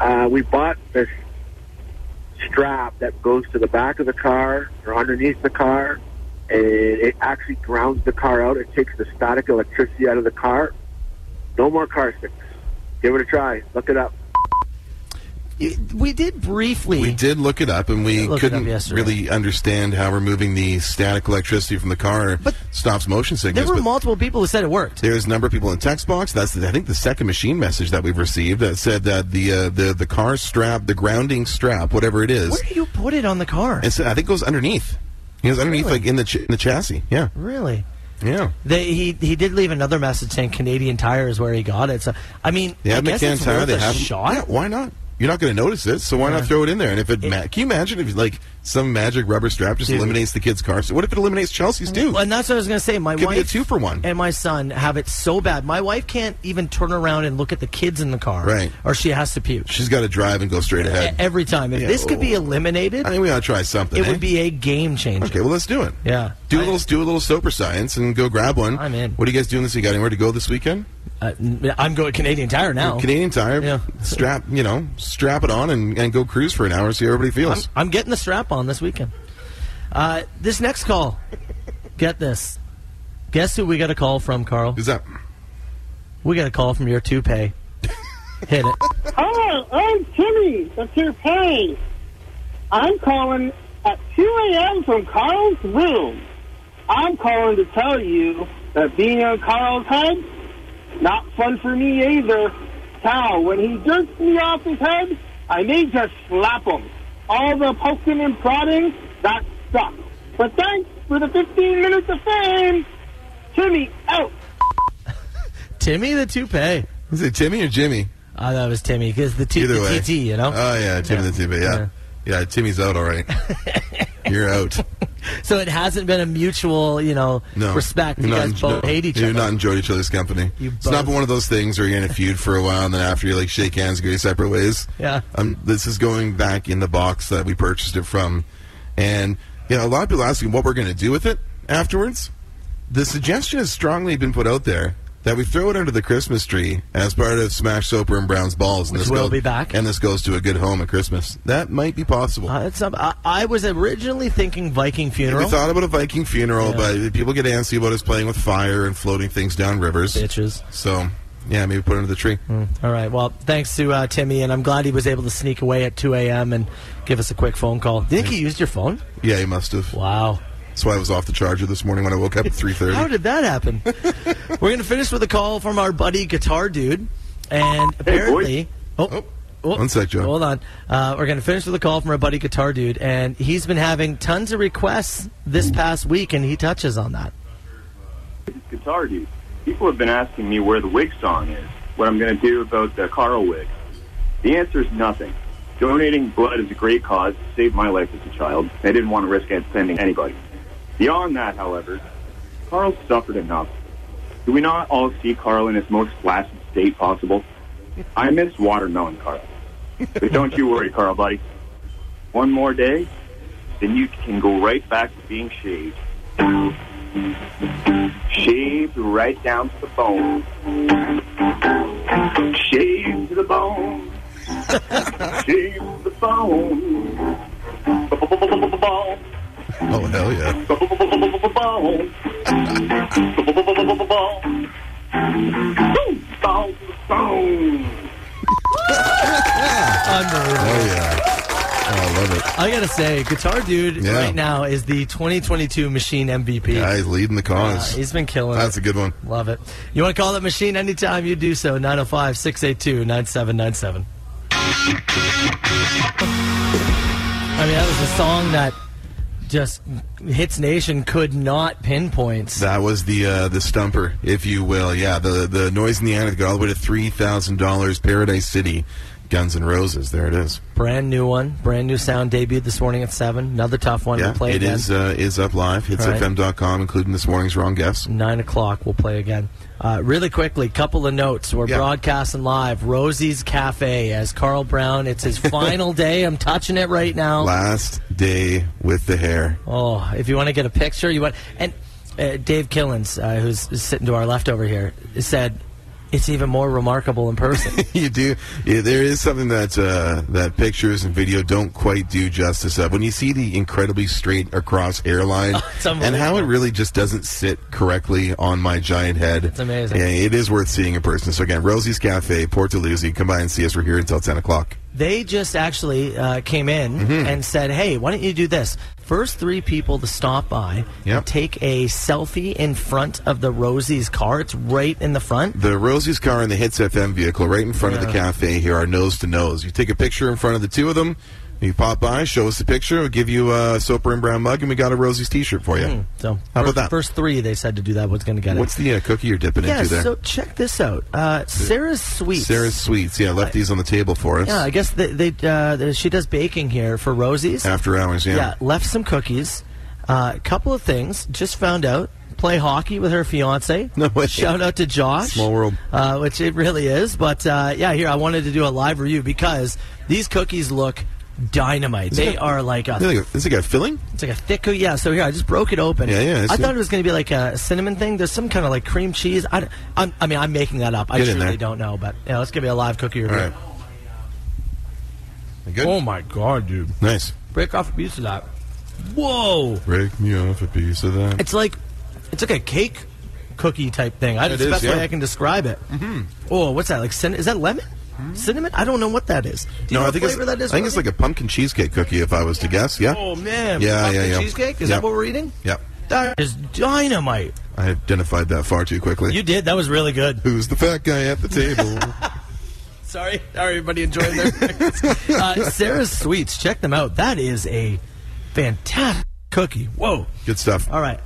Uh, we bought this strap that goes to the back of the car or underneath the car, and it actually grounds the car out. It takes the static electricity out of the car. No more car sick. Give it a try. Look it up. You- We did briefly. we did look it up, and we looked it up couldn't yesterday. really understand how removing the static electricity from the car stops motion There sickness. were but- multiple people who said it worked. There's a number of people in text box. That's the, I think the second machine message that we've received that said that the uh, the the car strap, the grounding strap, whatever it is, Where do you put it on the car? it's, I think it goes underneath. It goes underneath, like in the ch- in the chassis. Yeah, Really? Yeah. They, he he did leave another message saying Canadian Tire is where he got it. So I mean, They I have guess McCann it's Tire. worth They a have shot. Yeah, why not? You're not going to notice it, so why not throw it in there? And if it, ma- can you imagine if like some magic rubber strap just Dude. eliminates the kid's car? So what if it eliminates Chelsea's too? And that's what I was going to say. My Could be a wife two for one. and my son have it so bad. My wife can't even turn around and look at the kids in the car, Right. Or she has to puke. She's got to drive and go straight E-, ahead. Every time. If Yeah, this could be oh. eliminated, I think we ought to try something. it eh? would be a game changer. Okay, well let's do it. Yeah. Do a little do a little soper science and go grab one. I'm in. What are you guys doing this? You got anywhere to go this weekend? Uh, n- I'm going Canadian Tire now. Canadian Tire. Yeah. Strap, you know, strap it on and, and go cruise for an hour and see how everybody I'm, feels. I'm getting the strap on this weekend. Uh, this next call, get this. Guess who we got a call from, Carl? Who's that? We got a call from your toupee. Hit it. Hi, Oh, I'm Timmy, the Toupee. I'm calling at 2 a.m. from Carl's room. I'm calling to tell you that being on Carl's head, not fun for me either. How, when he jerks me off his head, I may just slap him. All the poking and prodding, that sucks. But thanks for the 15 minutes of fame. Timmy, out. Timmy the toupee. Is it Timmy or Jimmy? I thought it was Timmy because the T Either the way. TT, you know. Oh yeah, Timmy the TV. Yeah. yeah, Timmy's out. All right, you're out. So it hasn't been a mutual, you know, No respect. You You're guys both no, hate each You're other. not enjoyed each other's company. it's not been one of those things where you're in a feud for a while and then after you like shake hands, go your separate ways. Yeah. Um, this is going back in the box that we purchased it from, and you know a lot of people asking what we're going to do with it afterwards. The suggestion has strongly been put out there that we throw it under the Christmas tree as part of Smash Soper and Brown's Balls, and Which this will goes, be back. and this goes to a good home at Christmas. That might be possible. Uh, it's, um, I, I was originally thinking Viking funeral. We thought about a Viking funeral, but people get antsy about us playing with fire and floating things down rivers. Bitches. So, yeah, maybe put it under the tree. All right. Well, thanks to uh, Timmy, and I'm glad he was able to sneak away at 2 a.m. and give us a quick phone call. Do you think he used your phone? Yeah, you must have. Wow. That's why I was off the charger this morning when I woke up at How 3.30. did that happen? We're going to finish with a call from our buddy Guitar Dude, and apparently, oh. oh, One sec, Joe. Hold on. Uh, we're going to finish with a call from our buddy Guitar Dude, and he's been having tons of requests this past week, and he touches on that. guitar dude. People have been asking me where the wig song is, what I'm going to do about the Carl wig. The answer is nothing. Donating blood is a great cause. It saved my life as a child. I didn't want to risk offending anybody. Beyond that, however, Carl suffered enough. Do we not all see Carl in his most flaccid state possible? I miss watermelon Carl. But don't you worry, Carl, buddy. One more day, then you can go right back to being shaved. Shaved right down to the bone. Shaved to the bone. Shaved to the bone. Bone. Oh, hell yeah. Bone. Bone. Bone. Bone. Unbelievable. Oh, yeah. Oh, I love it. I gotta say, Guitar Dude Yeah. right now is the 2022 Machine MVP. Yeah, he's leading the cause. Uh, he's been killing That's it. a good one. Love it. You want to call that machine anytime you do so, 905 682 9797. I mean, that was a song that just Hits Nation could not pinpoint. That was the uh, the stumper, if you will. Yeah, the the noise in the attic got all the way to three thousand dollars. Paradise City, Guns N' Roses. There it is. Brand new one, brand new sound debuted this morning at 7. Another tough one yeah, we'll play it again. is uh, is up live. Right. Hitsfm.com, including this morning's wrong guess. Nine o'clock, we'll play again. Uh, really quickly, couple of notes. We're broadcasting live, Rosie's Cafe as Carl Brown. It's his final day. I'm touching it right now. Last day with the hair. Oh, if you want to get a picture, you want. And uh, Dave Killens, uh, who's is sitting to our left over here, said it's even more remarkable in person. you do. Yeah, there is something that uh, that pictures and video don't quite do justice of. When you see the incredibly straight across hairline It's and how it really just doesn't sit correctly on my giant head, it's amazing. Yeah, it is worth seeing in person. So again, Rosie's Cafe, Portaluzzi, come by and see us. We're here until ten o'clock. they just actually uh, came in Mm-hmm. and said, "Hey, why don't you do this? First three people to stop by and take a selfie in front of the Rosie's car. It's right in the front." The Rosie's car and the Hits FM vehicle right in front of the Yeah. cafe here are nose to nose. You take a picture in front of the two of them. You pop by, show us a picture, we'll give you a Soper and Brown mug, and we got a Rosie's T-shirt for you. Hmm, so How about first, that? First three they said to do that was going to get What's it. the uh, cookie you're dipping yeah, into there? so check this out. Uh, Sarah's Sweets. Sarah's Sweets. Yeah, left these on the table for us. Yeah, I guess they, they uh, she does baking here for Rosie's. After hours, yeah. left some cookies. A couple of things. Just found out. Play hockey with her fiance. No way. Shout out to Josh. Small world. Uh, which it really is. But uh, yeah, here, I wanted to do a live review because these cookies look dynamite. Is it They got- are like a Is it like a- is it got filling? it's like a thick cookie. Yeah, so here I just broke it open. Yeah, yeah, I I see. thought it was going to be like a cinnamon thing. There's some kind of like cream cheese. I, d- I'm- I mean, I'm making that up. I Get in there. truly don't know, but yeah, let's give you a live cookie review. right. Oh my god, dude! Nice. Break off a piece of that. Whoa! Break me off a piece of that. It's like it's like a cake cookie type thing. I, It it's the is, best yeah. Mm-hmm. way I can describe it. Oh, what's that? Like cin- is that lemon? Cinnamon? I don't know what that is. Do you know Hmm? no, I what think it's, flavor that is? I think it's Rodney? like a pumpkin cheesecake cookie, if I was to guess. Yeah. Oh man! Yeah, pumpkin yeah, yeah. Cheesecake? Is Yeah. that what we're eating? Yeah. That is dynamite. I identified that far too quickly. You did. That was really good. Who's the fat guy at the table? Sorry, Sorry, everybody enjoying their breakfast. uh, Sarah's Sweets. Check them out. That is a fantastic cookie. Whoa. Good stuff. All right.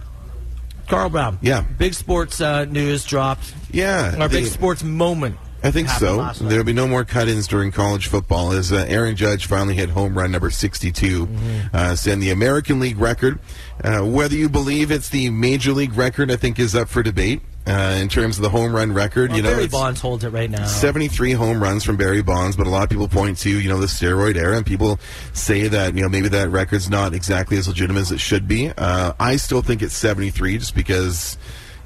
Carl Brown. Yeah. Big sports uh, news dropped. Yeah. Our big they- sports moment. I think happened so. last night. There'll be no more cut-ins during college football as uh, Aaron Judge finally hit home run number 62, Mm-hmm. uh, setting the American League record. Uh, whether you believe it's the Major League record, I think is up for debate uh, in terms of the home run record. Well, you know, Barry it's- Bonds holds it right now. 73 home runs from Barry Bonds, but a lot of people point to, you know, the steroid era, and people say that, you know, maybe that record's not exactly as legitimate as it should be. Uh, I still think it's 73 just because.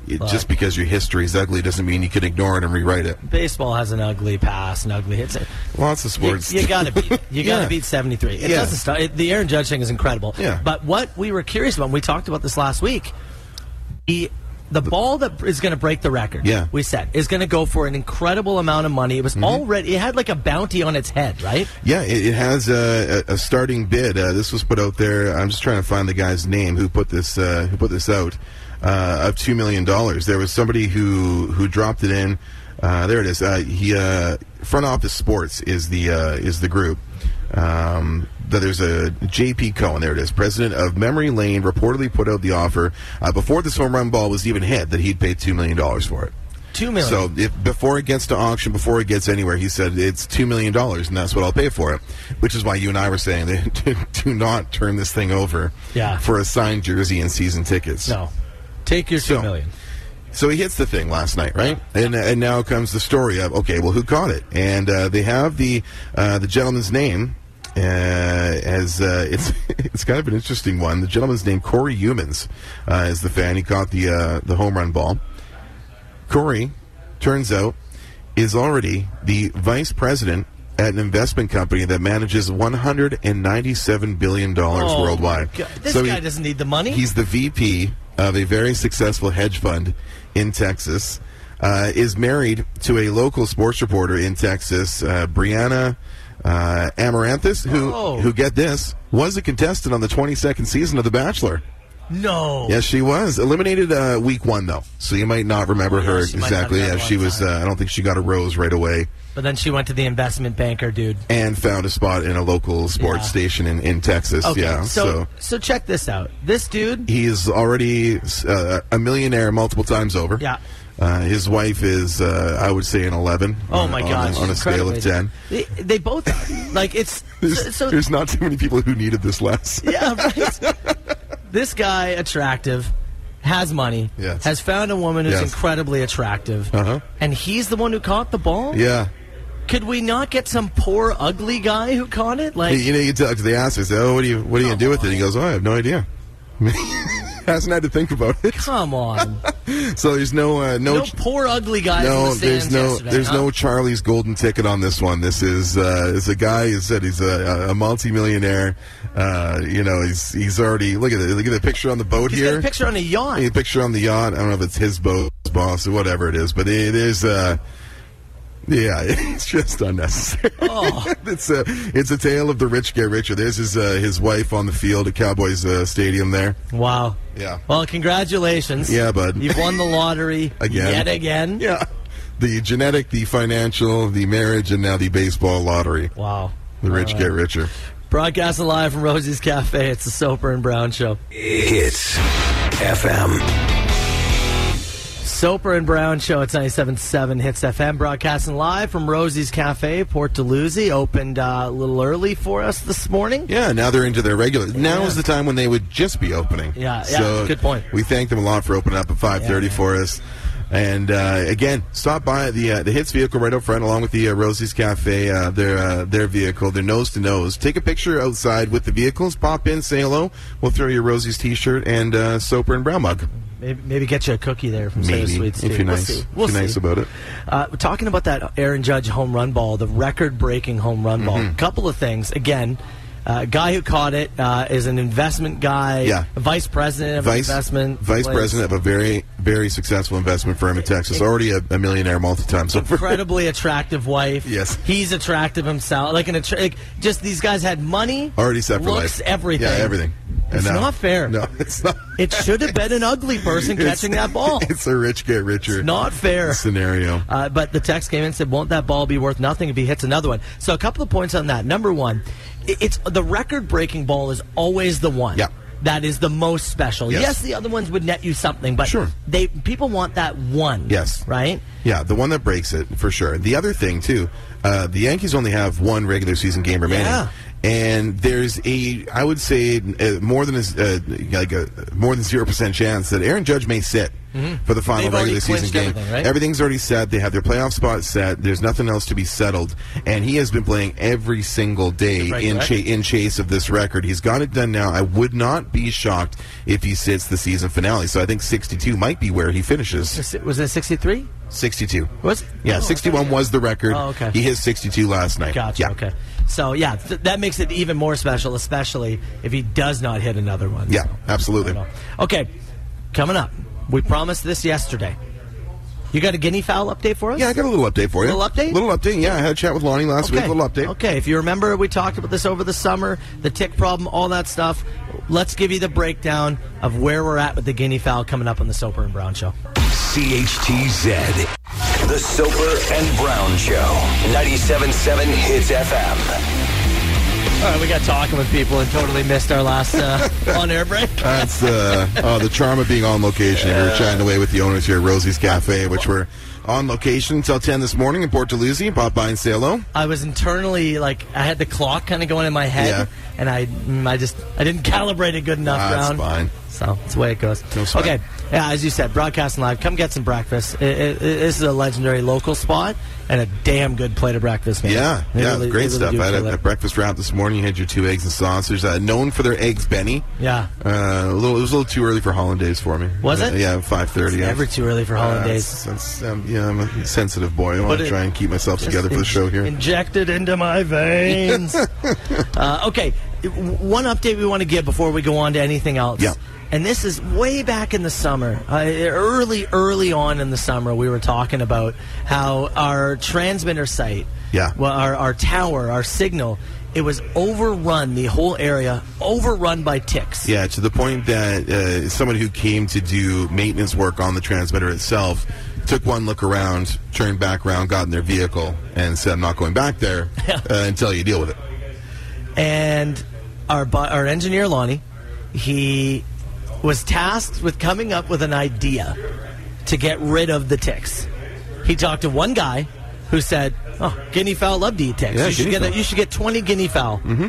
It, But- just because your history is ugly doesn't mean you can ignore it and rewrite it. Baseball has an ugly pass, an ugly hit. Lots of sports. You, you gotta beat. it. You gotta Yeah. beat seventy three. It Yeah. doesn't stop. It, the Aaron Judge thing is incredible. Yeah. But what we were curious about, and we talked about this last week. He, the ball that is going to break the record. Yeah. Mm-hmm. We said is going to go for an incredible amount of money. It was already. It had like a bounty on its head, right? Yeah, it, it has a, a, a starting bid. Uh, this was put out there. I'm just trying to find the guy's name who put this uh, who put this out uh, of two million dollars. There was somebody who who dropped it in. Uh, there it is. Uh, he uh, front office sports is the uh, is the group. Um, that there's a JP Cohen, there it is, president of Memory Lane, reportedly put out the offer uh, before this home run ball was even hit that he'd pay $2 million for it. Two million. So if before it gets to auction, before it gets anywhere, he said it's two million dollars, and that's what I'll pay for it. Which is why you and I were saying that do, do not turn this thing over Yeah. for a signed jersey and season tickets. No. Take your two So- million. So he hits the thing last night, right? And and now comes the story of okay, well, who caught it? And uh, they have the uh, the gentleman's name. Uh, as uh, it's it's kind of an interesting one. The gentleman's name Corey Humans uh, is the fan. He caught the uh, the home run ball. Corey, turns out, is already the vice president at an investment company that manages 197 billion dollars Oh, worldwide. God. This So he- guy doesn't need the money. He's the VP of a very successful hedge fund in Texas. Uh, is married to a local sports reporter in Texas, uh, Brianna uh, Amaranthus, who Oh. who get this was a contestant on the 22nd season of The Bachelor. no. Yes, she was eliminated uh, week one though, so you might not remember her she might not exactly. have Yeah, had she one was. Uh, I don't think she got a rose right away, But then she went to the investment banker, dude. and found a spot in a local sports Yeah. station in, in Texas. Okay. yeah, so so check this out. This dude. He is already uh, a millionaire multiple times over. Yeah. Uh, his wife is, uh, I would say, an 11. Oh on- my on- gosh! On a scale of 10. They, they both are. like it's so, There's, so- there's not too many people who needed this less. yeah right. this guy attractive, has money, Yes. has found a woman who's Yes. incredibly attractive, Uh-huh. and he's the one who caught the ball. Yeah. Could we not get some poor ugly guy who caught it? Like you know, you talk to the ass, say, oh, what do you, what are you going to do with it? He goes, oh, I have no idea. Hasn't had to think about it. come on, So there's no, uh, no, no, poor ugly guy. no, in the stands there's no, yesterday, there's huh? no Charlie's golden ticket on this one. This is uh, is a guy who said he's a, a multimillionaire. Uh, you know, he's he's already look at the look at the picture on the boat He's here. got a picture on a yacht. a picture on the yacht. I don't know if it's his boat, his boss, or whatever it is, but it is. Uh, yeah, it's just unnecessary. Oh. it's a it's a tale of the rich get richer. There's his uh, his wife on the field at Cowboys uh, Stadium. There, Wow. Yeah. Well, congratulations. Yeah, bud. You've won the lottery Again. Yet again. yeah, the genetic, the financial, the marriage, and now the baseball lottery. Wow. Uh, The rich get richer. Broadcasting live from Rosie's Cafe. It's the Soper and Brown Show. Hits FM. Soper and Brown Show. It's 97.7 Hits FM. Broadcasting live from Rosie's Cafe, Port Dalhousie. Opened uh, a little early for us this morning. Yeah, now they're into their regular. Now is the time when they would just be opening. Yeah, yeah, good point. We thank them a lot for opening up at five thirty for us. And uh, again, stop by the uh, the hits vehicle right up front, along with the uh, Rosie's Cafe, uh, their uh, their vehicle, their nose to nose. Take a picture outside with the vehicles. Pop in, say hello. We'll throw you a Rosie's T-shirt and uh, Soper and Brown mug. Maybe, maybe get you a cookie there from Cedar Maybe, Sweets. if too. you're We'll nice, see. if We'll you're nice see. about it. Uh, we're talking about that Aaron Judge home run ball, the record-breaking home run ball. Mm-hmm. A couple of things. Again, uh, guy who caught it uh, is an investment guy. Yeah. vice president of Vice investment. Vice place. president of a very very successful investment firm in Texas, already a, a millionaire multi-times over. Incredibly attractive wife. Yes. he's attractive himself. Like an attra- like, just these guys had money. Already set for life. looks, everything. Yeah, everything. And It's now- not fair. No, it's not. It should have been an ugly person It's- catching that ball. It's a rich get richer. not fair. scenario. Uh, but the text came in and said, "Won't that ball be worth nothing if he hits another one?" So a couple of points on that. Number one, i- it's the record-breaking ball is always the one. That is the most special. Yes. Yes. the other ones would net you something, but they people want that one. Yes. Right? Yeah, the one that breaks it for sure. The other thing too, uh, the Yankees only have one regular season game remaining. Yeah. And there's a, I would say, uh, more than a, uh, like a more than zero percent chance that Aaron Judge may sit Mhm. for the final They've already regular season clinched game. everything, right? Everything's already set. They have their playoff spot set. There's nothing else to be settled, and he has been playing every single day Right, in correct. cha- in chase of this record. He's got it done now. I would not be shocked if he sits the season finale. So I think 62 might be where he finishes. Was it- Was it 63? 62. Was Yeah, 61 was the record. Oh, okay. He hit 62 last night. Gotcha. Yeah. Okay. So yeah, th- that makes it even more special, especially if he does not hit another one. Yeah, absolutely. Okay, coming up, we promised this yesterday. You got a guinea fowl update for us? Yeah, I got a little update for you. Little update? Little update. Yeah, I had a chat with Lonnie last Okay. week. Little update. Okay, if you remember, we talked about this over the summer, the tick problem, all that stuff. Let's give you the breakdown of where we're at with the guinea fowl coming up on the Soper and Brown Show. CHTZ. The Soper and Brown Show. 97.7 Hits FM. All right, we got talking with people and totally missed our last uh, on-air break. That's uh, oh, the charm of being on location. We were chatting away with the owners here at Rosie's Cafe, which were on location until 10 this morning in Port Dalhousie. Pop by and say hello. I was internally like I had the clock kind of going in my head, and I mm, I just I didn't calibrate it good enough. Ah, that's Brown. fine. So that's the way it goes. sweat. Okay, yeah, as you said, broadcasting live. Come get some breakfast. I I I- this is a legendary local spot and a damn good plate of breakfast, man. Yeah, They yeah, great really- they really stuff. do I had kill a, it. a breakfast wrap this morning. You had your two eggs and sausage. Uh, known for their eggs, Benny. Yeah. Uh, a little, it was a little too early for hollandaise for me. Was Uh, it? yeah, five thirty. It's never too early for hollandaise. um, yeah, I'm a sensitive boy. I want But to it- try and keep myself just together for the in- show here. Injected into my veins. uh, okay, w- one update we want to give before we go on to anything else. Yeah. And this is way back in the summer, uh, early, early on in the summer, we were talking about how our transmitter site, Yeah. well, our, our tower, our signal, it was overrun, the whole area, overrun by ticks. Yeah, to the point that uh, someone who came to do maintenance work on the transmitter itself took one look around, turned back around, got in their vehicle, and said, "I'm not going back there uh, until you deal with it." and our bu- our engineer Lonnie, he was tasked with coming up with an idea to get rid of the ticks. He talked to one guy who said, "Oh, guinea fowl love to eat ticks. Yeah, you should guinea get a, fowl. you should get twenty guinea fowl." Mm-hmm.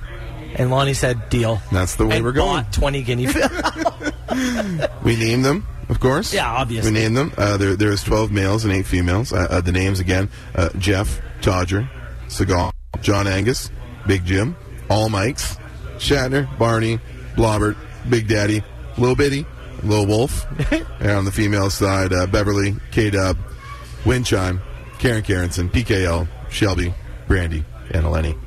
And Lonnie said, "Deal." That's the way And we're going. Bought twenty guinea fowl. We named them, of course. Yeah, obviously. We named them. Uh, there, there was 12 males and 8 females. Uh, uh, the names again uh, Jeff, Todger, Seagal, John Angus, Big Jim, All Mikes, Shatner, Barney, Blobbert, Big Daddy, Lil Bitty, Lil Wolf. and on the female side, uh, Beverly, K Dub, Windchime, Karen Carenson, PKL, Shelby, Brandy, and Eleni.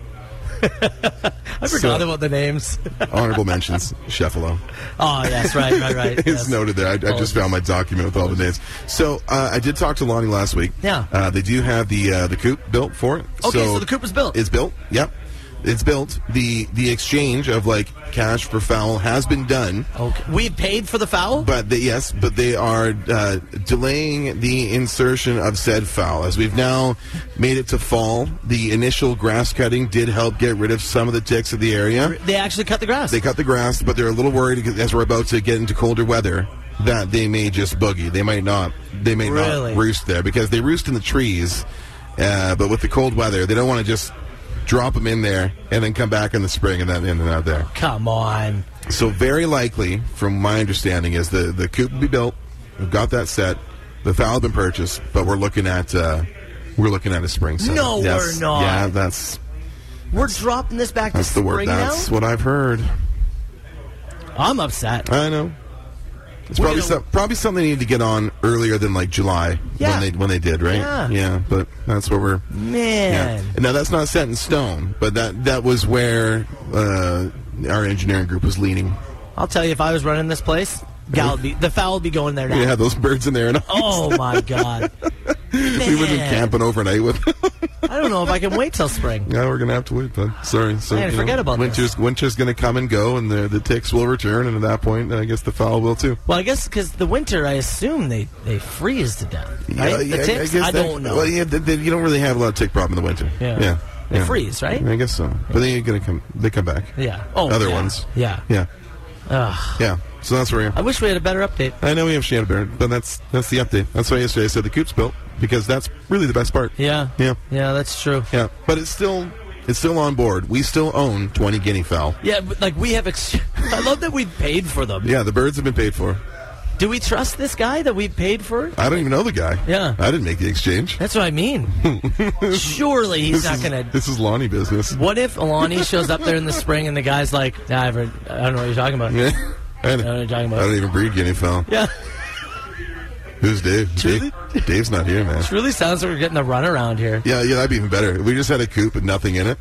I forgot about the names. Honorable mentions, Sheffalo. Oh yes, right, right, right. it's yes. noted there. I, I just found my document with all the names. So uh, I did talk to Lonnie last week. Yeah. Uh, they do have the uh, the coop built for it. Okay, so the coupe was built. It's built. Yep. It's built. The the exchange of like cash for foul has been done. Okay. We paid for the foul? But they, yes, but they are uh, delaying the insertion of said foul as we've now made it to fall. The initial grass cutting did help get rid of some of the ticks of the area. They actually cut the grass. They cut the grass, but they're a little worried as we're about to get into colder weather that they may just boogie. They might not. They may Really? not roost there because they roost in the trees. Uh, but with the cold weather, they don't want to just drop them in there and then come back in the spring and then in and out there. Come on. So very likely, from my understanding, is the the coop will be built. We've got that set. The foul has been purchased, but we're looking at uh, we're looking at a spring set. No, Yes. we're not. Yeah, that's We're dropping this back that's to the spring word. now? That's what I've heard. I'm upset. I know. It's We're probably gonna- some, probably something they need to get on earlier than like July Yeah. when they when they did right. Yeah. but that's what we're Man. Yeah. Now that's not set in stone, but that that was where uh, our engineering group was leaning. I'll tell you, if I was running this place, gal would be, the foul would be going there We now. had those birds in there, and Oh, my God. we would've been Man. camping overnight with. I don't know if I can wait till spring. Yeah, we're gonna have to wait, bud. Sorry. So Man, you forget about this. winter's winter's gonna come and go, and the the ticks will return, and at that point, I guess the foul will too. Well, I guess because the winter, I assume they, they freeze to death. Right? Yeah, the yeah, I- ticks? I, guess that- don't know. Well, yeah, th- th- you don't really have a lot of tick problem in the winter. Yeah. yeah, They yeah. freeze, right? I guess so. But they ain't gonna come. They come back. Yeah. Oh, other yeah. ones. Yeah. Yeah, Ugh. yeah. So that's where we I are. wish we had a better update. I know we have Shannon Barrett, but that's that's the update. That's why yesterday I said the coop's built because that's really the best part. Yeah. Yeah, Yeah, that's true. yeah. But it's still it's still on board. We still own twenty guinea fowl. Yeah, but like we have. Ex- I love that we paid for them. Yeah, the birds have been paid for. Do we trust this guy that we paid for? I don't even know the guy. Yeah. I didn't make the exchange. That's what I mean. Surely he's This not is- going to. This is Lonnie business. What if Alani shows up there in the spring and the guy's like, nah, I've heard, I don't know what you're talking about. Yeah. I I don't, don't know what you're talking I about. don't even breed guinea fowl. Yeah, Who's Dave? Dave? Dave's not here, man. it really sounds like we're getting a runaround here. Yeah, yeah, that'd be even better. We just had a coop with nothing in it.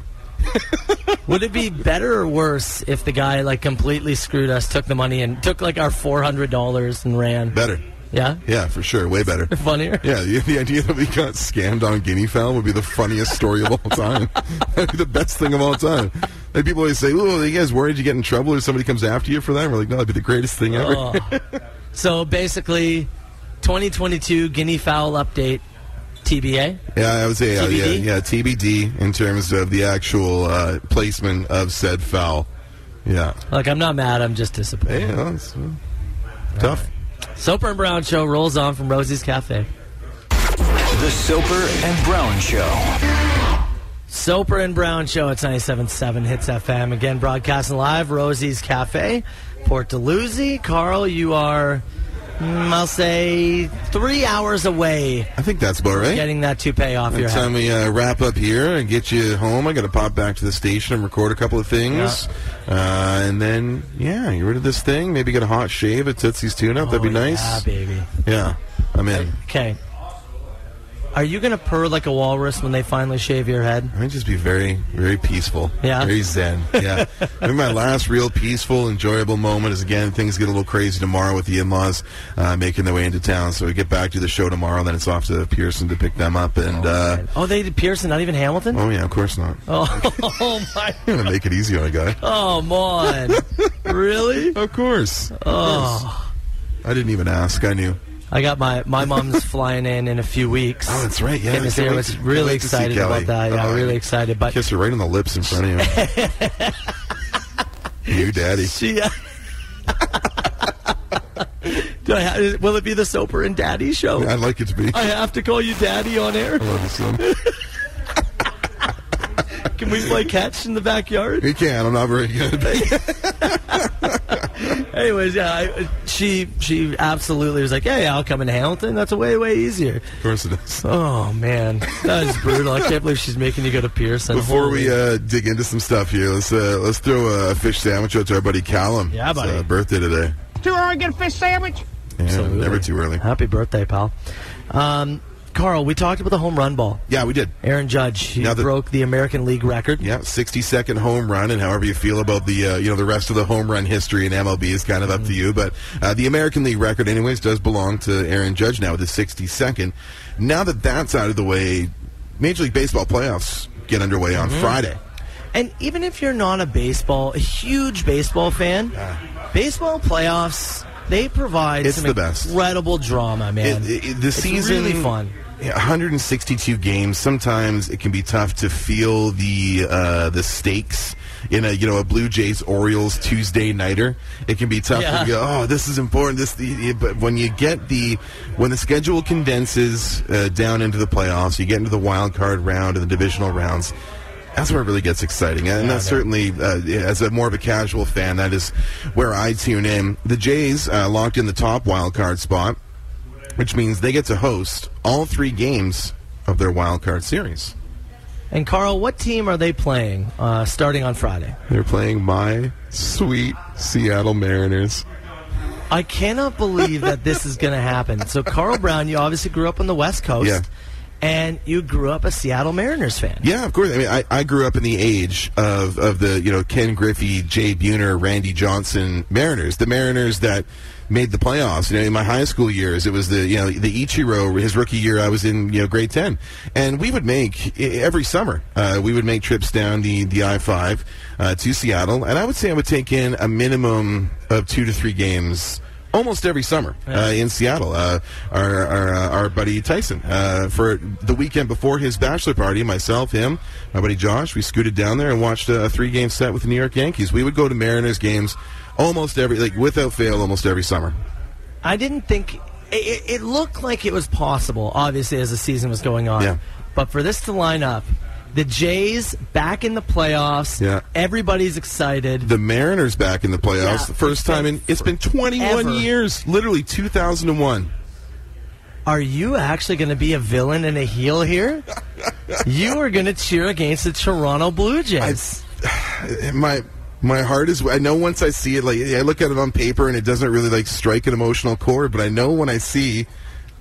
Would it be better or worse if the guy like completely screwed us, took the money and took like our four hundred dollars and ran? Better. Yeah, Yeah, for sure. Way better. funnier. Yeah, the, the idea that we got scammed on guinea fowl would be the funniest story of all time. That'd be the best thing of all time. Like people always say, "Oh, are you guys worried you get in trouble or somebody comes after you for that?" We're like, "No, that'd be the greatest thing ever." Oh. so basically, 2022 guinea fowl update, TBA. Yeah, I would say uh, yeah, TBD? yeah, TBD in terms of the actual uh, placement of said fowl. Yeah, Look, I'm not mad. I'm just Hey, disappointed. you know, it's, uh, tough. Soper and Brown show rolls on from Rosie's Cafe. The Soper and Brown Show. Soper and Brown show. It's 97.7 Hits FM again, broadcasting live. Rosie's Cafe, Port Dalhousie. Carl, you are, mm, I'll say, three hours away I think that's about right. getting that toupee off your By the head. time we uh, wrap up here and get you home, I got to pop back to the station and record a couple of things, uh, and then yeah, get rid of this thing. Maybe get a hot shave at Tootsie's Tune Up. That'd be Oh, nice. Yeah, baby. Yeah, I'm in. Okay. Are you gonna purr like a walrus when they finally shave your head? I'd just be very, very peaceful. Yeah. Very zen. Yeah. I think my last real peaceful, enjoyable moment is again, things get a little crazy tomorrow with the in laws uh, making their way into town. So we get back to the show tomorrow, then it's off to Pearson to pick them up. And, uh, Oh, they did Pearson, not even Hamilton. oh, yeah, of course not. Oh, oh my! I'm going to make it easy on a guy. Oh, man! really? Of course. Oh, I didn't even ask. I knew. I got my my mom's flying in in a few weeks. Oh, that's right. Yeah. Getting I us can't here. I wait was to- can't really wait to see excited Kelly. about that. Yeah, Oh, really excited. But Kiss her right on the lips in front of you. you daddy. she. uh, Do I ha- will it be the Soper and Daddy show? I'd like it to be. I I have to call you Daddy on air. love you, son. Can we play catch in the backyard? You can. I'm not very good. Anyways, yeah, I, she she absolutely was like, "Yeah, yeah, I'll come in Hamilton. That's way way easier." Of course it is. Oh man, that is brutal. I can't believe she's making you go to Pearson. Before we uh, dig into some stuff here, let's uh, let's throw a fish sandwich out to our buddy Callum. Yeah, It's, buddy. uh, birthday today. Too early to get a fish sandwich? Yeah, Absolutely. never too early. happy birthday, pal. Um, Carl, we talked about the home run ball. Yeah, we did. Aaron Judge, he Now the- broke the American League record. Yeah, sixty second home run, and however you feel about the uh, you know the rest of the home run history in MLB is kind of up to you. But uh, the American League record, anyways, does belong to Aaron Judge now with his sixty second. Now that that's out of the way, Major League Baseball playoffs get underway on Friday. And even if you're not a baseball, a huge baseball fan, baseball playoffs they Ah. provide It's some the best. incredible drama, man. It- it- the It's season really fun. yeah, 162 games. Sometimes it can be tough to feel the uh, the stakes in a you know a Blue Jays Orioles Tuesday nighter. It can be tough Yeah. to go. Oh, this is important. This, the- the- but when you get the when the schedule condenses uh, down into the playoffs, you get into the wild card round and the divisional rounds. That's where it really gets exciting, and that's certainly uh, yeah, as a more of a casual fan, that is where I tune in. The Jays uh, locked in the top wild card spot which means they get to host all three games of their wild card series. And Carl, what team are they playing uh, starting on Friday? They're playing my sweet Seattle Mariners. I cannot believe that this is going to happen. So, Carl Brown, you obviously grew up on the West Coast, Yeah. and you grew up a Seattle Mariners fan. Yeah, of course. I mean, I, I grew up in the age of, of the you know Ken Griffey, Jay Buhner, Randy Johnson Mariners, the Mariners that made the playoffs. You know, in my high school years, it was the you know the Ichiro his rookie year. I was in you know grade ten, and we would make e- every summer uh, we would make trips down the the I five uh, to Seattle, and I would say I would take in a minimum of two to three games almost every summer uh, in Seattle. Uh, our our, uh, our buddy Tyson uh, for the weekend before his bachelor party, myself, him, my buddy Josh, we scooted down there and watched a, three game set with the New York Yankees. We would go to Mariners games almost every like without fail almost every summer. I didn't think it, it, it looked like it was possible, obviously, as the season was going on. But for this to line up, the Jays back in the playoffs. Yeah. Everybody's excited. The Mariners back in the playoffs, Yeah. the first time in it's been 21 Ever. years, literally 2001. Are you actually going to be a villain and a heel here? you are going to cheer against the Toronto Blue Jays. my my heart is. I know once I see it, like I look at it on paper, and it doesn't really like strike an emotional chord. But I know when I see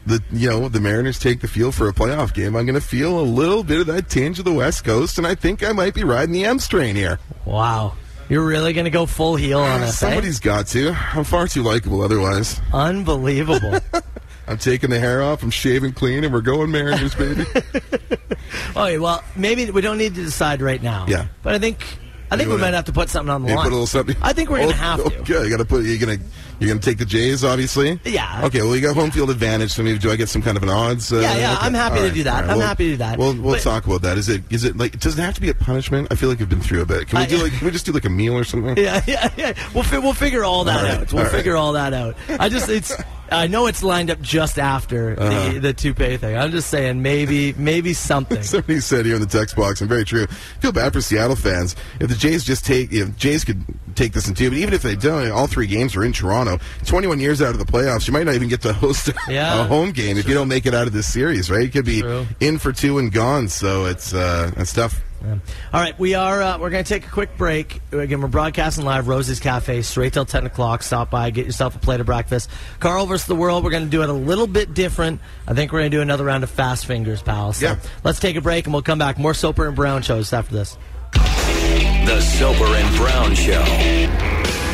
the you know the Mariners take the field for a playoff game, I'm going to feel a little bit of that tinge of the West Coast, and I think I might be riding the M strain here. Wow, you're really going to go full heel on us? eh? Somebody's got to. I'm far too likable otherwise. Unbelievable. I'm taking the hair off. I'm shaving clean, and we're going Mariners, baby. All right, well, maybe we don't need to decide right now. Yeah. But I think I think You we wanna- might have to put something on the You line. put a little something. I think we're gonna Oh, have to. Okay, you gotta put. You're gonna you're gonna take the Jays, obviously. Yeah. Okay. Well, you got home field advantage. So maybe do I get some kind of an odds? Uh, Yeah, yeah, okay. I'm happy All to right, do that. all right, I'm well- happy to do that. Well, we'll But- talk about that. Is it is it like does it have to be a punishment? I feel like I've been through a bit. Can we I- do like can we just do like a meal or something? Yeah, yeah, yeah. We'll fi- we'll figure all that All right, out. We'll all right. figure all that out. I just it's I know it's lined up just after Uh-huh. the the toupee thing. I'm just saying maybe maybe something. Somebody said here in the text box, and very true. Feel bad for Seattle fans. If the Jays just take, if Jays could take this in two, but even if they don't, all three games are in Toronto. Twenty-one years out of the playoffs, you might not even get to host a, Yeah. a home game if you don't make it out of this series, right? You could be True. in for two and gone. So it's uh, it's tough. All right, we are uh, we're going to take a quick break. Again, we're broadcasting live Rosie's Cafe straight till ten o'clock. Stop by, get yourself a plate of breakfast. Carl versus the world. We're going to do it a little bit different. I think we're going to do another round of fast fingers, pal. So Yeah. let's take a break and we'll come back. More Soper and Brown shows after this. The Soper and Brown Show.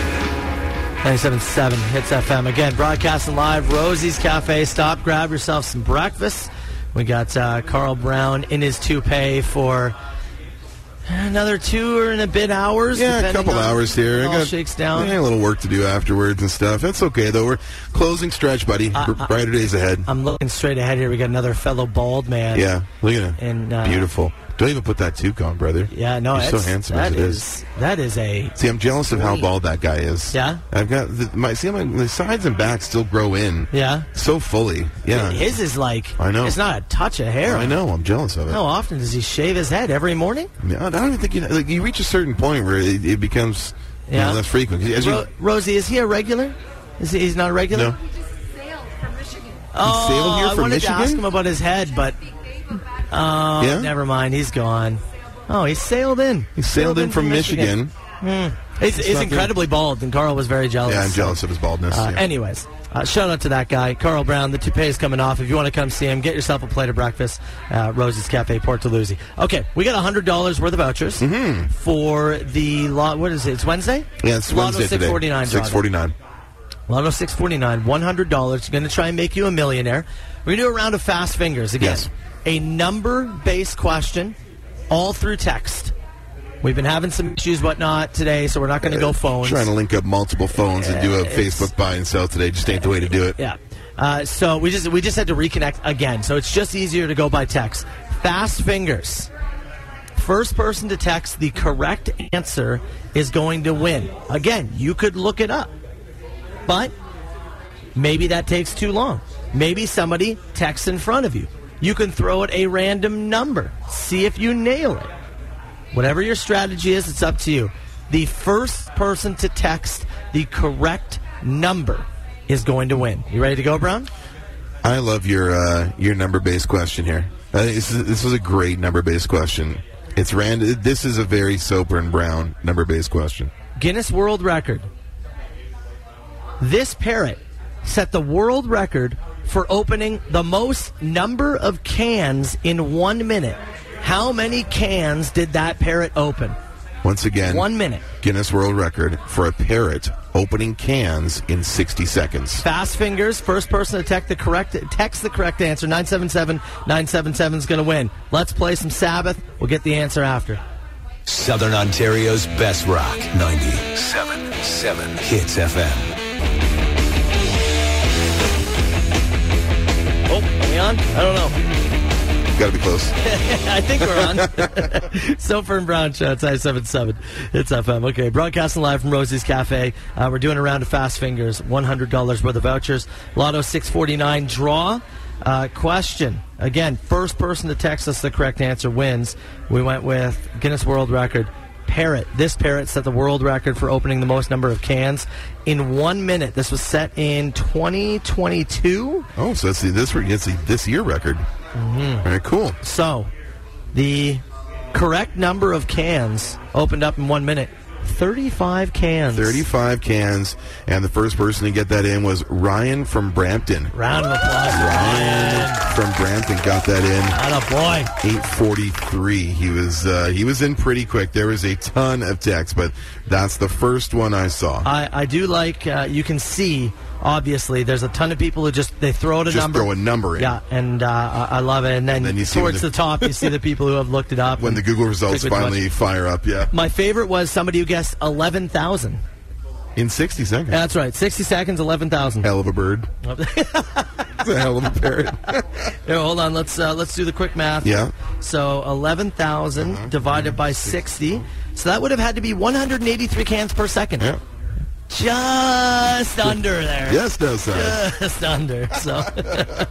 97.7 Hits FM. Again, broadcasting live, Rosie's Cafe. Stop, grab yourself some breakfast. We got uh, Carl Brown in his toupee for another two or and a bit hours. Yeah, a depending couple on hours here. when It I all got- shakes down. Yeah, a little work to do afterwards and stuff. That's okay though. We're closing stretch, buddy. Uh, We're uh, brighter days ahead. I'm looking straight ahead here. We got another fellow bald man. yeah, look at him. And, uh, Beautiful. Don't even put that toque on, brother. Yeah, no, You're so it's- handsome that as it is. is- That is a See, I'm jealous of how bald that guy is. Yeah? I've got the, my see my the sides and back still grow in. Yeah. so fully. Yeah, His is like I know. It's not a touch of hair. I know. I'm jealous of it. How often does he shave his head? Every morning? Yeah, I don't even think you like you reach a certain point where it, it becomes you know, Yeah. less frequent. As you- Ro- Rosie, is he a regular? Is he, he's not a regular? No. Oh, sailed here I from wanted to ask Michigan? him about his head, but oh, Yeah? never mind. He's gone. Oh, he sailed in. He sailed in from Michigan. Hmm. It's It's, it's not good. incredibly bald, and Carl was very jealous. yeah, I'm Oh, so- jealous of his baldness. uh, yeah. Anyways, uh, shout out to that guy, Carl Brown. The toupee is coming off. If you want to come see him, get yourself a plate of breakfast. Uh, Rosie's Cafe, Port Toulouse. Okay, we got hundred dollars worth of vouchers for the lot. What is it? It's Wednesday. Mm-hmm. yeah, it's Lotto Wednesday Six forty nine. today. Six forty nine. Lotto six forty nine. One hundred dollars. Going to try and make you a millionaire. We're going to do a round of fast fingers again. Yes. A number based question, all through text. We've been having some issues, whatnot, today, so we're not going to go phones. Uh, Trying to link up multiple phones and do a Facebook buy and sell today just ain't the way to do it. Yeah. Uh, so we just we just had to reconnect again. So it's just easier to go by text. Fast fingers. First person to text the correct answer is going to win. Again, you could look it up, but maybe that takes too long. Maybe somebody texts in front of you. You can throw at a random number. See if you nail it. Whatever your strategy is, it's up to you. The first person to text the correct number is going to win. You ready to go, Brown? I love your uh, your number based question here. I think this, is, this was a great number based question. It's random. This is a very Soper and Brown number based question. Guinness World Record. This parrot set the world record for opening the most number of cans in one minute. How many cans did that parrot open? Once again, One minute. Guinness World Record for a parrot opening cans in 60 seconds. Fast fingers, first person to text the correct text the correct answer. 977-977 is going to win. Let's play some Sabbath. We'll get the answer after. Southern Ontario's best rock. 97.7 Hits FM. Oh, are we on? I don't know. Got to be close. I think we're on. Sofer and Brown Show. uh, It's 977. It's FM. Okay, broadcasting live from Rosie's Cafe. Uh, we're doing a round of Fast Fingers, $100 worth of vouchers. Lotto 649 draw. Uh, question. Again, first person to text us the correct answer wins. We went with Guinness World Record. Parrot. This parrot set the world record for opening the most number of cans in one minute. This was set in 2022. Oh, so that's the, this, re- it's the this year record. Mm-hmm. All right, cool. So, the correct number of cans opened up in one minute 35 cans. 35 cans, and the first person to get that in was Ryan from Brampton. Round of applause. Ryan from Brampton got that in. What a boy. 843. He was uh, he was in pretty quick. There was a ton of texts, but that's the first one I saw. I, I do like, uh, you can see, obviously, there's a ton of people who just, they throw out a Just number. throw a number in. Yeah, and uh, I, I love it. And then, Then you see when towards the- the, top, you see the people who have looked it up. When and the Google results click which one. finally fire up, yeah. My favorite was somebody who guessed 11,000. In 60 seconds. That's right. 60 seconds, 11,000. Hell of a bird. It's a hell of a parrot. Here, hold on. Let's uh, let's do the quick math. Yeah. Uh-huh. So eleven divided by sixty. So that would have had to be one hundred and eighty-three cans per second. Yeah. Just under there. Yes, no, sir. Just under. So, uh,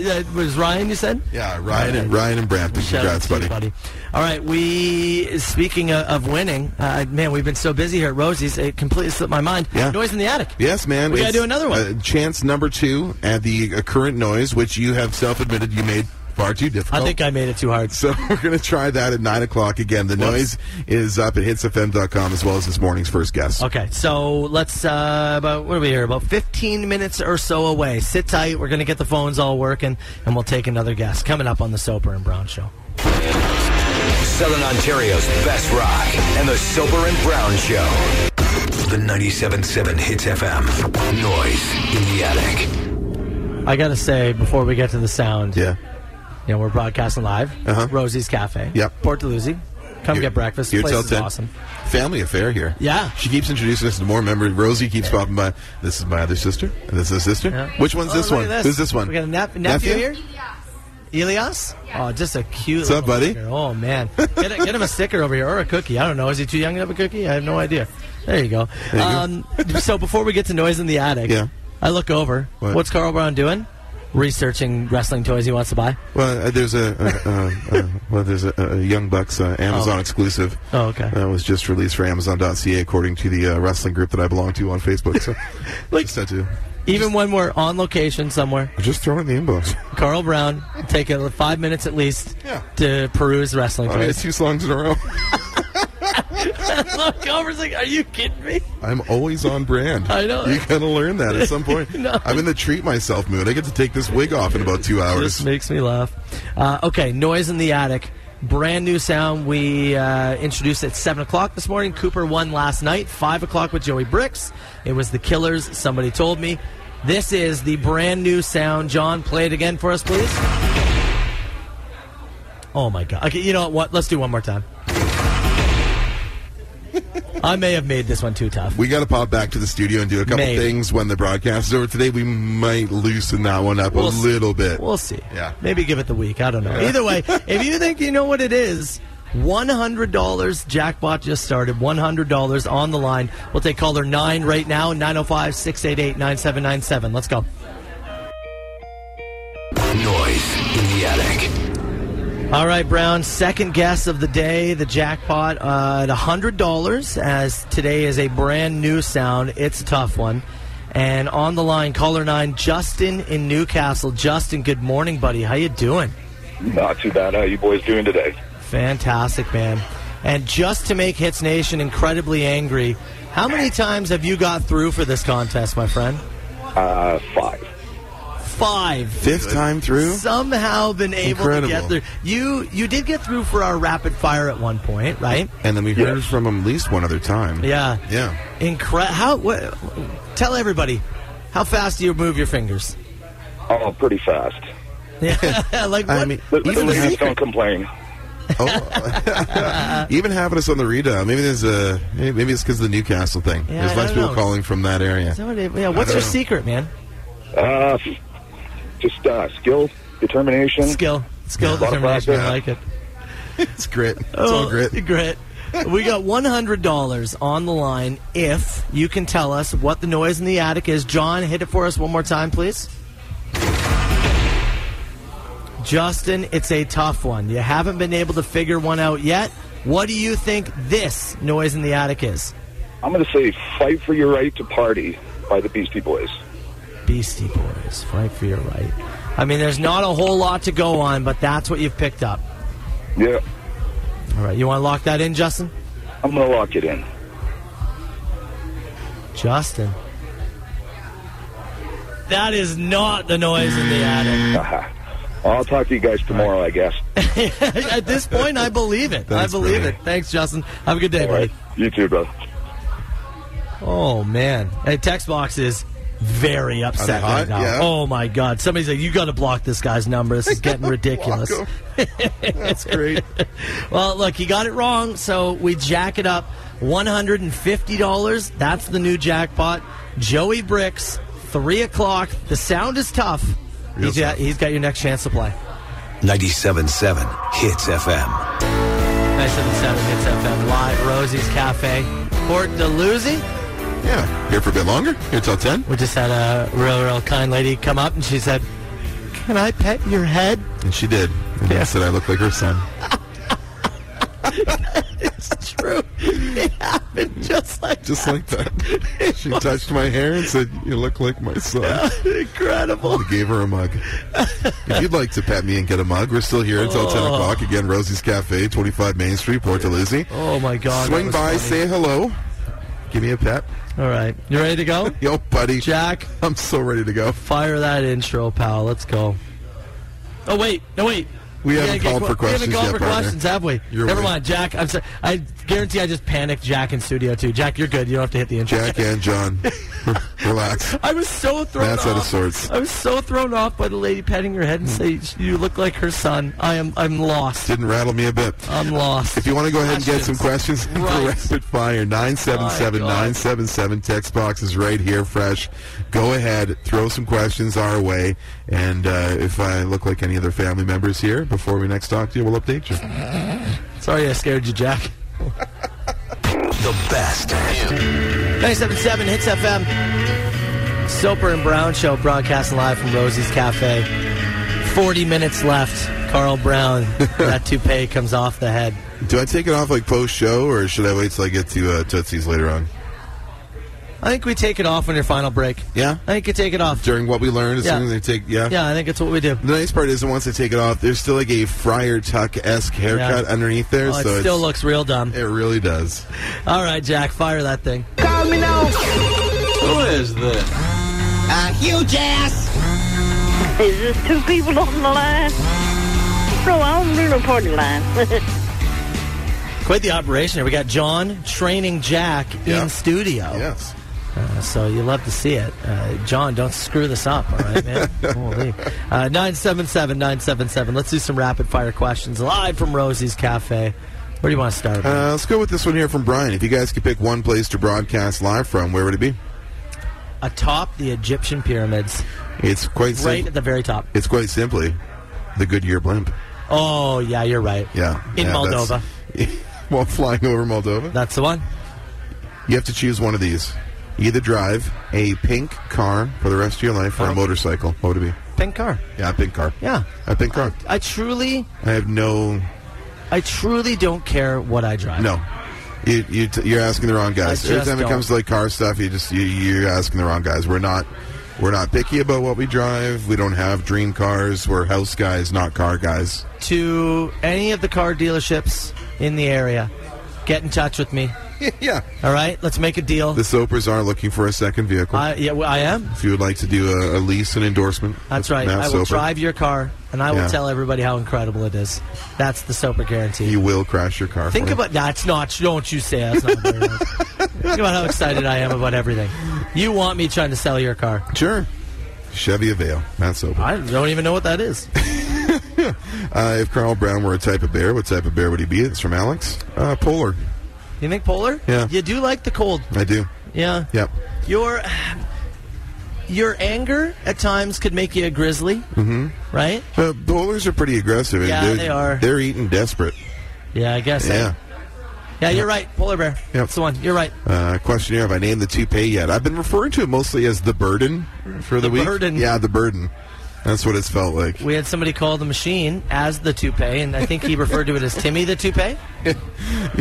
yeah, it was Ryan. You said. Yeah, Ryan and Ryan and Brampton. Shout out Congrats, to you, buddy. All right. We speaking of, of winning, uh, man, we've been so busy here at Rosie's. It completely slipped my mind. Yeah. Noise in the attic. Yes, man. We gotta It's, do another one. uh, chance number two at the uh, current noise, which you have self-admitted you made far too difficult. I think I made it too hard. So we're going to try that at 9 o'clock again. The noise is up at hitsfm.com as well as this morning's first guest. Okay, so let's uh, about what are we here? About fifteen minutes or so away. Sit tight. We're gonna get the phones all working, and we'll take another guest coming up on the Soper and Brown Show. Southern Ontario's best rock and the Sober and Brown Show. The 97.7 Hits FM. Noise in the attic. I gotta say before we get to the sound, Yeah. you know we're broadcasting live. Uh-huh. Rosie's Cafe. Yep. Port Dalhousie. Come get breakfast. Here the place till is 10. awesome. Family affair here. Yeah. She keeps introducing us to more members. Rosie keeps popping by. This is my other sister. And this is his sister. Yeah. Which one's Oh, this look one? at Who's this one? We got a nep- nephew, Nephew? here. Elias. Oh, just a cute. What's up, little buddy? fucker. Oh man, get, a, get him a sticker over here or a cookie. I don't know. Is he too young to have a cookie? I have no idea. There you go. There you go. um, so before we get to noise in the attic, Yeah. I look over. What? What's Carl Brown doing? Researching wrestling toys he wants to buy. Well, uh, there's a, uh, uh, uh, well, there's a, a Young Bucks uh, Amazon Oh. exclusive. Oh, okay. That was just released for Amazon.ca, according to the uh, wrestling group that I belong to on Facebook. So, just had to Even when we're on location somewhere, just throw it in the inbox. Carl Brown take a, five minutes at least to peruse wrestling I mean, toys. it's two songs in a row. look over's like, are you kidding me? I'm always on brand. I know. You gotta learn that at some point. I'm in the treat myself mood. I get to take this wig off in about two hours. This makes me laugh. Uh, okay, noise in the attic. Brand new sound we uh, introduced at 7 o'clock this morning. Cooper won last night, 5 o'clock with Joey Bricks. It was the Killers, somebody told me. This is the brand new sound. John, play it again for us, please. Oh my God. Okay, you know what? Let's do one more time. I may have made this one too tough. We got to pop back to the studio and do a couple Maybe. things when the broadcast is over today. We might loosen that one up We'll a see. little bit. We'll see. Yeah. Maybe give it the week. I don't know. Yeah. Either way, if you think you know what it is, $100 jackpot just started. $100 on the line. We'll take caller 9 right now, 905 688 9797. Let's go. Noise in the attic. All right, Brown. Second guess of the day, the jackpot uh, at hundred dollars. As today is a brand new sound, it's a tough one. And on the line, caller nine, Justin in Newcastle. Justin, good morning, buddy. How you doing? Not too bad. How you boys doing today? Fantastic, man. And just to make Hits Nation incredibly angry, how many times have you got through for this contest, my friend? Uh, five. Five. Fifth time through? Somehow been able Incredible. to get through. You you did get through for our rapid fire at one point, right? And then we heard from him at least one other time. Yeah. Yeah. Incre- how? Wh- tell everybody, how fast do you move your fingers? Oh, pretty fast. Yeah, like what? The, the Even the ladies secret- don't complain. Even having us on the redial, maybe there's a maybe it's because of the Newcastle thing. Yeah, there's I less don't people know. calling from that area. Is that what it- yeah, what's I don't your know. secret, man? Uh, just uh, skill, determination. Skill. A Skill, lot of determination, I practice. like it. It's grit. It's all grit. Oh, Grit. We got $100 on the line if you can tell us what the noise in the attic is. John, hit it for us one more time, please. Justin, it's a tough one. You haven't been able to figure one out yet. What do you think this noise in the attic is? I'm going to say Fight for Your Right to Party by the Beastie Boys. Beastie Boys, Fight for Your Right. I mean, there's not a whole lot to go on, but that's what you've picked up. Yeah, All right, you want to lock that in, Justin? I'm going to lock it in. Justin. That is not the noise in the attic. I'll talk to you guys tomorrow, I guess. At this point, I believe it. Thanks, I believe brother. it. Thanks, Justin. Have a good day, All right. buddy. You too, bro. Oh, man. Hey, text box is very upset Are right they now. hot? Yeah. Oh, my God. Somebody's like, you got to block this guy's number. This is getting ridiculous. That's great. well, look, he got it wrong, so we jack it up. $150. That's the new jackpot. Joey Bricks, 3 o'clock. The sound is tough. Real He's- he's got your next chance to play. 97.7 Hits FM. 977 Hits FM Live, Rosie's Cafe, Port Dalhousie. Yeah, here for a bit longer. Here till 10. We just had a real, real kind lady come up and she said, Can I pet your head? And she did. And I said I look like her son. it's true. It happened just like Just like that. She touched my hair and said, You look like my son. Incredible. We gave her a mug. if you'd like to pet me and get a mug, we're still here until 10 Oh. o'clock. Again, Rosie's Cafe, 25 Main Street, Port Lizzie. Oh my God. Swing that was by, funny. say hello. Give me a pet. All right. You ready to go? Yo, buddy. Jack. I'm so ready to go. Fire that intro, pal. Let's go. Oh, wait. No, wait. We gotta haven't get called que- for We haven't questions called yet, for partner. questions, have we? You're Never right. mind, Jack. I'm so- I guarantee I just panicked Jack in studio, too. Jack, you're good. You don't have to hit the intro. Jack and John. Relax. I was so thrown Matt's off. out of sorts. I was so thrown off by the lady patting her head and Hmm. say, "You look like her son." I am. I'm lost. Didn't rattle me a bit. I'm lost. If you want to go ahead and get some questions for Right. rapid fire, 977 977 text box is right here, fresh. Go ahead, throw some questions our way, and uh, if I look like any other family members here before we next talk to you, we'll update you. Sorry, I scared you, Jack. The best. 97.7 Hits FM. Soper and Brown Show broadcasting live from Rosie's Cafe. 40 minutes left. Carl Brown, that toupee comes off the head. Do I take it off like post show, or should I wait till I get to uh, Tootsie's later on? I think we take it off on your final break. Yeah? I think you take it off. During what we learned, as Yeah. soon as they take, yeah. Yeah, I think it's what we do. The nice part is that once I take it off, there's still like a Friar Tuck esque haircut Yeah. underneath there, Oh, it so it's- still looks real dumb. it really does. All right, Jack, fire that thing. Call me now. Who is this? A huge ass. Is this two people on the line? No, I don't do no party line. Quite the operation here. We got John training Jack in studio. Yes. Uh, so you love to see it. Uh, John, don't screw this up, all right, man? Holy. Uh, 977 977. Let's do some rapid fire questions live from Rosie's Cafe, Where do you want to start? Uh, let's go with this one here from Brian. If you guys could pick one place to broadcast live from, where would it be? Atop the Egyptian pyramids, It's quite simple. right at the very top. It's quite simply the Goodyear blimp. Oh yeah, you're right. Yeah. In yeah, Moldova. that's- While flying over Moldova. That's the one. You have to choose one of these. You either drive a pink car for the rest of your life or a motorcycle. What would it be? Pink car. Yeah, a pink car. Yeah. A pink car. I truly, I have no. I truly don't care what I drive. No. You, you t- you're asking the wrong guys. I Every just time it don't. comes to like car stuff, you just you, you're asking the wrong guys. We're not we're not picky about what we drive. We don't have dream cars. We're house guys, not car guys. To any of the car dealerships in the area, get in touch with me. yeah. All right, let's make a deal. The Sopers are looking for a second vehicle. I, yeah, well, I am. if you would like to do a, a lease and endorsement, That's with right. Matt I will Soper, drive your car, and I will Yeah. tell everybody how incredible it is. That's the Soper guarantee. You will crash your car. Think for you. about that's not. Don't you say that's not. very nice. Think about how excited I am about everything. You want me trying to sell your car? Sure. Chevy Avail. Matt Soper. I don't even know what that is. Uh, if Carl Brown were a type of bear, what type of bear would he be? It's from Alex. Uh, polar. You think polar? Yeah. You do like the cold. I do. Yeah. Yep. Your your anger at times could make you a grizzly, hmm right? Uh, polars are pretty aggressive. and Yeah, they're, they are. They're eating desperate. Yeah, I guess. eh? Yeah. Yeah, you're right. Polar bear. That's the one. You're right. Uh, questionnaire: Have I named the toupee yet? I've been referring to it mostly as the burden for the, The week. burden. Yeah, the burden. That's what it's felt like. We had somebody call the machine as the toupee, and I think he referred to it as Timmy the toupee. You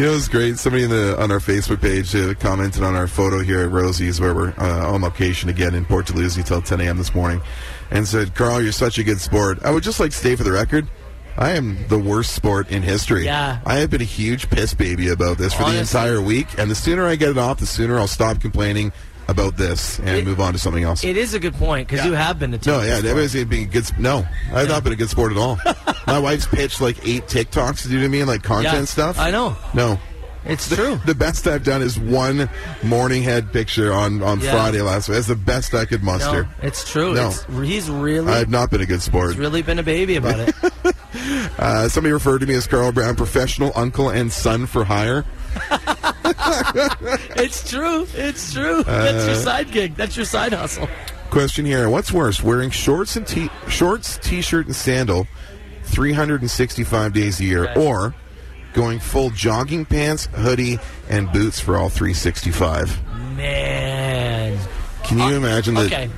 know, it's great. Somebody in the, on our Facebook page uh, commented on our photo here at Rosie's, where we're uh, on location again in Port Toulouse until 10 a.m. this morning, and said, Carl, you're such a good sport. I would just like to state for the record, I am the worst sport in history. Yeah. I have been a huge piss baby about this for the entire week, and the sooner I get it off, the sooner I'll stop complaining about this and move on to something else. It is a good point because you have been a toupee. No, yeah, that was being a good. sp- No, I've not been a good sport at all. My wife's pitched like eight TikToks to do to me and like content Yeah, stuff. I know. No, it's the, true. The best I've done is one morning head picture on on Yeah. Friday last week. That's the best I could muster. No, it's true. No. It's, he's really, I have not been a good sport. he's really been a baby about it. Uh, somebody referred to me as Carl Brown, professional uncle and son for hire. it's true. It's true. That's your Uh, side gig. That's your side hustle. Question here: What's worse, wearing shorts and t- shorts, t-shirt, and sandal, 365 days a year, or going full jogging pants, hoodie, and boots for all 365? Man. Can you imagine the Uh, Okay.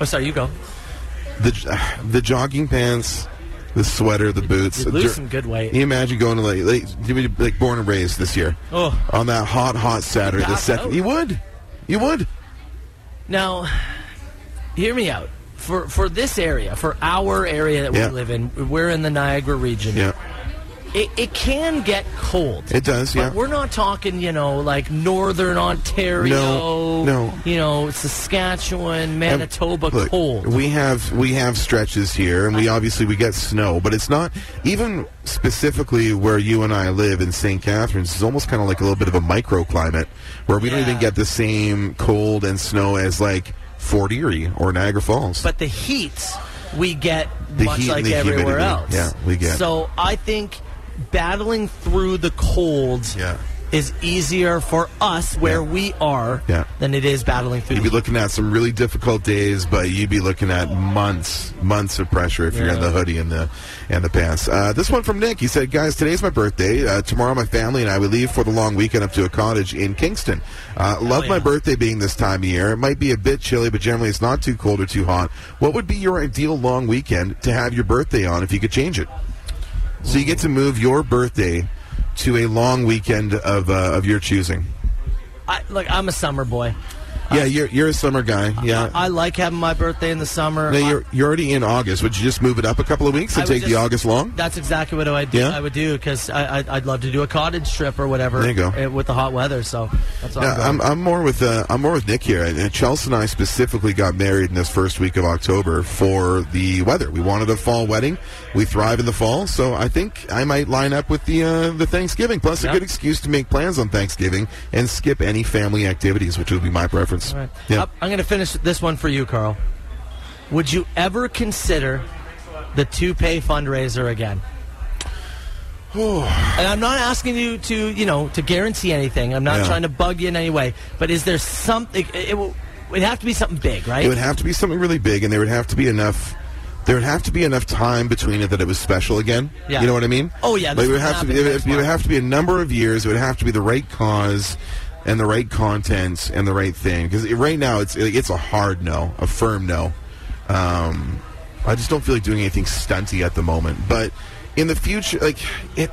Oh, sorry. You go. the uh, the jogging pants, the sweater, the boots? you lose Dur- some good weight. Can you imagine going to like, like, you would be, like born and raised this year Oh. on that hot, hot Saturday, the Pass second. out. You would, you would. Now, hear me out. For for this area, for our area that Yeah. we live in, we're in the Niagara region. Yeah, It, it can get cold. it does. But Yeah. we're not talking, you know, like northern Ontario, No, no. you know, Saskatchewan, Manitoba Look, cold. We have we have stretches here, and we obviously we get snow, but it's not even specifically where you and I live in St. Catharines. It's almost kind of like a little bit of a microclimate where we don't even get the same cold and snow as like Fort Erie or Niagara Falls. But the heat we get The much heat and like the everywhere humidity. else. Yeah, we get. So I think battling through the cold is easier for us where we are Yeah. than it is battling through. You'd be looking at some really difficult days, but you'd be looking at months, months of pressure if you're in Yeah. the hoodie and the and the pants. Uh, this one from Nick. He said, "Guys, today's my birthday. Uh, tomorrow, my family and I we leave for the long weekend up to a cottage in Kingston. Uh, love my birthday being this time of year. It might be a bit chilly, but generally it's not too cold or too hot. What would be your ideal long weekend to have your birthday on if you could change it? So you get to move your birthday to a long weekend of uh, of your choosing." I, look, I'm a summer boy. Yeah, you're you're a summer guy. Yeah, I like having my birthday in the summer. Now you're you're already in August. Would you just move it up a couple of weeks I and would take the just- August long? That's exactly what I would do. Yeah? I would do because I, I, I'd love to do a cottage trip or whatever. There you go. uh, With the hot weather, so that's all. Yeah, I'm, I'm, going. I'm more with uh, I'm more with Nick here. And, and Chelsea and I specifically got married in this first week of October for the weather. We wanted a fall wedding. We thrive in the fall, so I think I might line up with the uh, the Thanksgiving. Plus, Yeah. a good excuse to make plans on Thanksgiving and skip any family activities, which would be my preference. All right. Yeah. Up- I'm going to finish this one for you, Carl. Would you ever consider the toupee fundraiser again? and I'm not asking you to, you know, to guarantee anything. I'm not Yeah. trying to bug you in any way. But is there something? It, it will. It'd have to be something big, right? It would have to be something really big, and there would have to be enough. There would have to be enough time between it that it was special again. Yeah. You know what I mean? Oh, yeah, Like, this it would can have to be. happen It next would, it would have to be a number of years. It would have to be the right cause, and the right content, and the right thing. Because right now, it's it's a hard no, a firm no. Um, I just don't feel like doing anything stunty at the moment. But in the future, like it,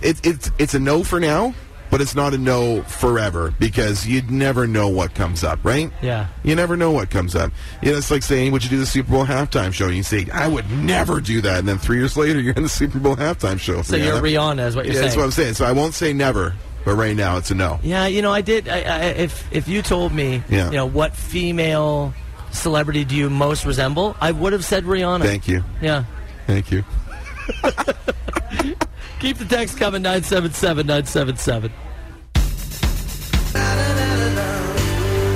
it it's it's a no for now. But it's not a no forever because you'd never know what comes up, right? Yeah. You never know what comes up. You know, it's like saying, "Would you do the Super Bowl halftime show?" And you say, "I would never do that," and then three years later, you're in the Super Bowl halftime show. So you're Rihanna, is what you're yeah, That's saying. what I'm saying. So I won't say never, but right now it's a no. Yeah, you know, I did. I, I, if if you told me, Yeah. you know, what female celebrity do you most resemble, I would have said Rihanna. Thank you, Yeah. thank you. Keep the text coming 977 977.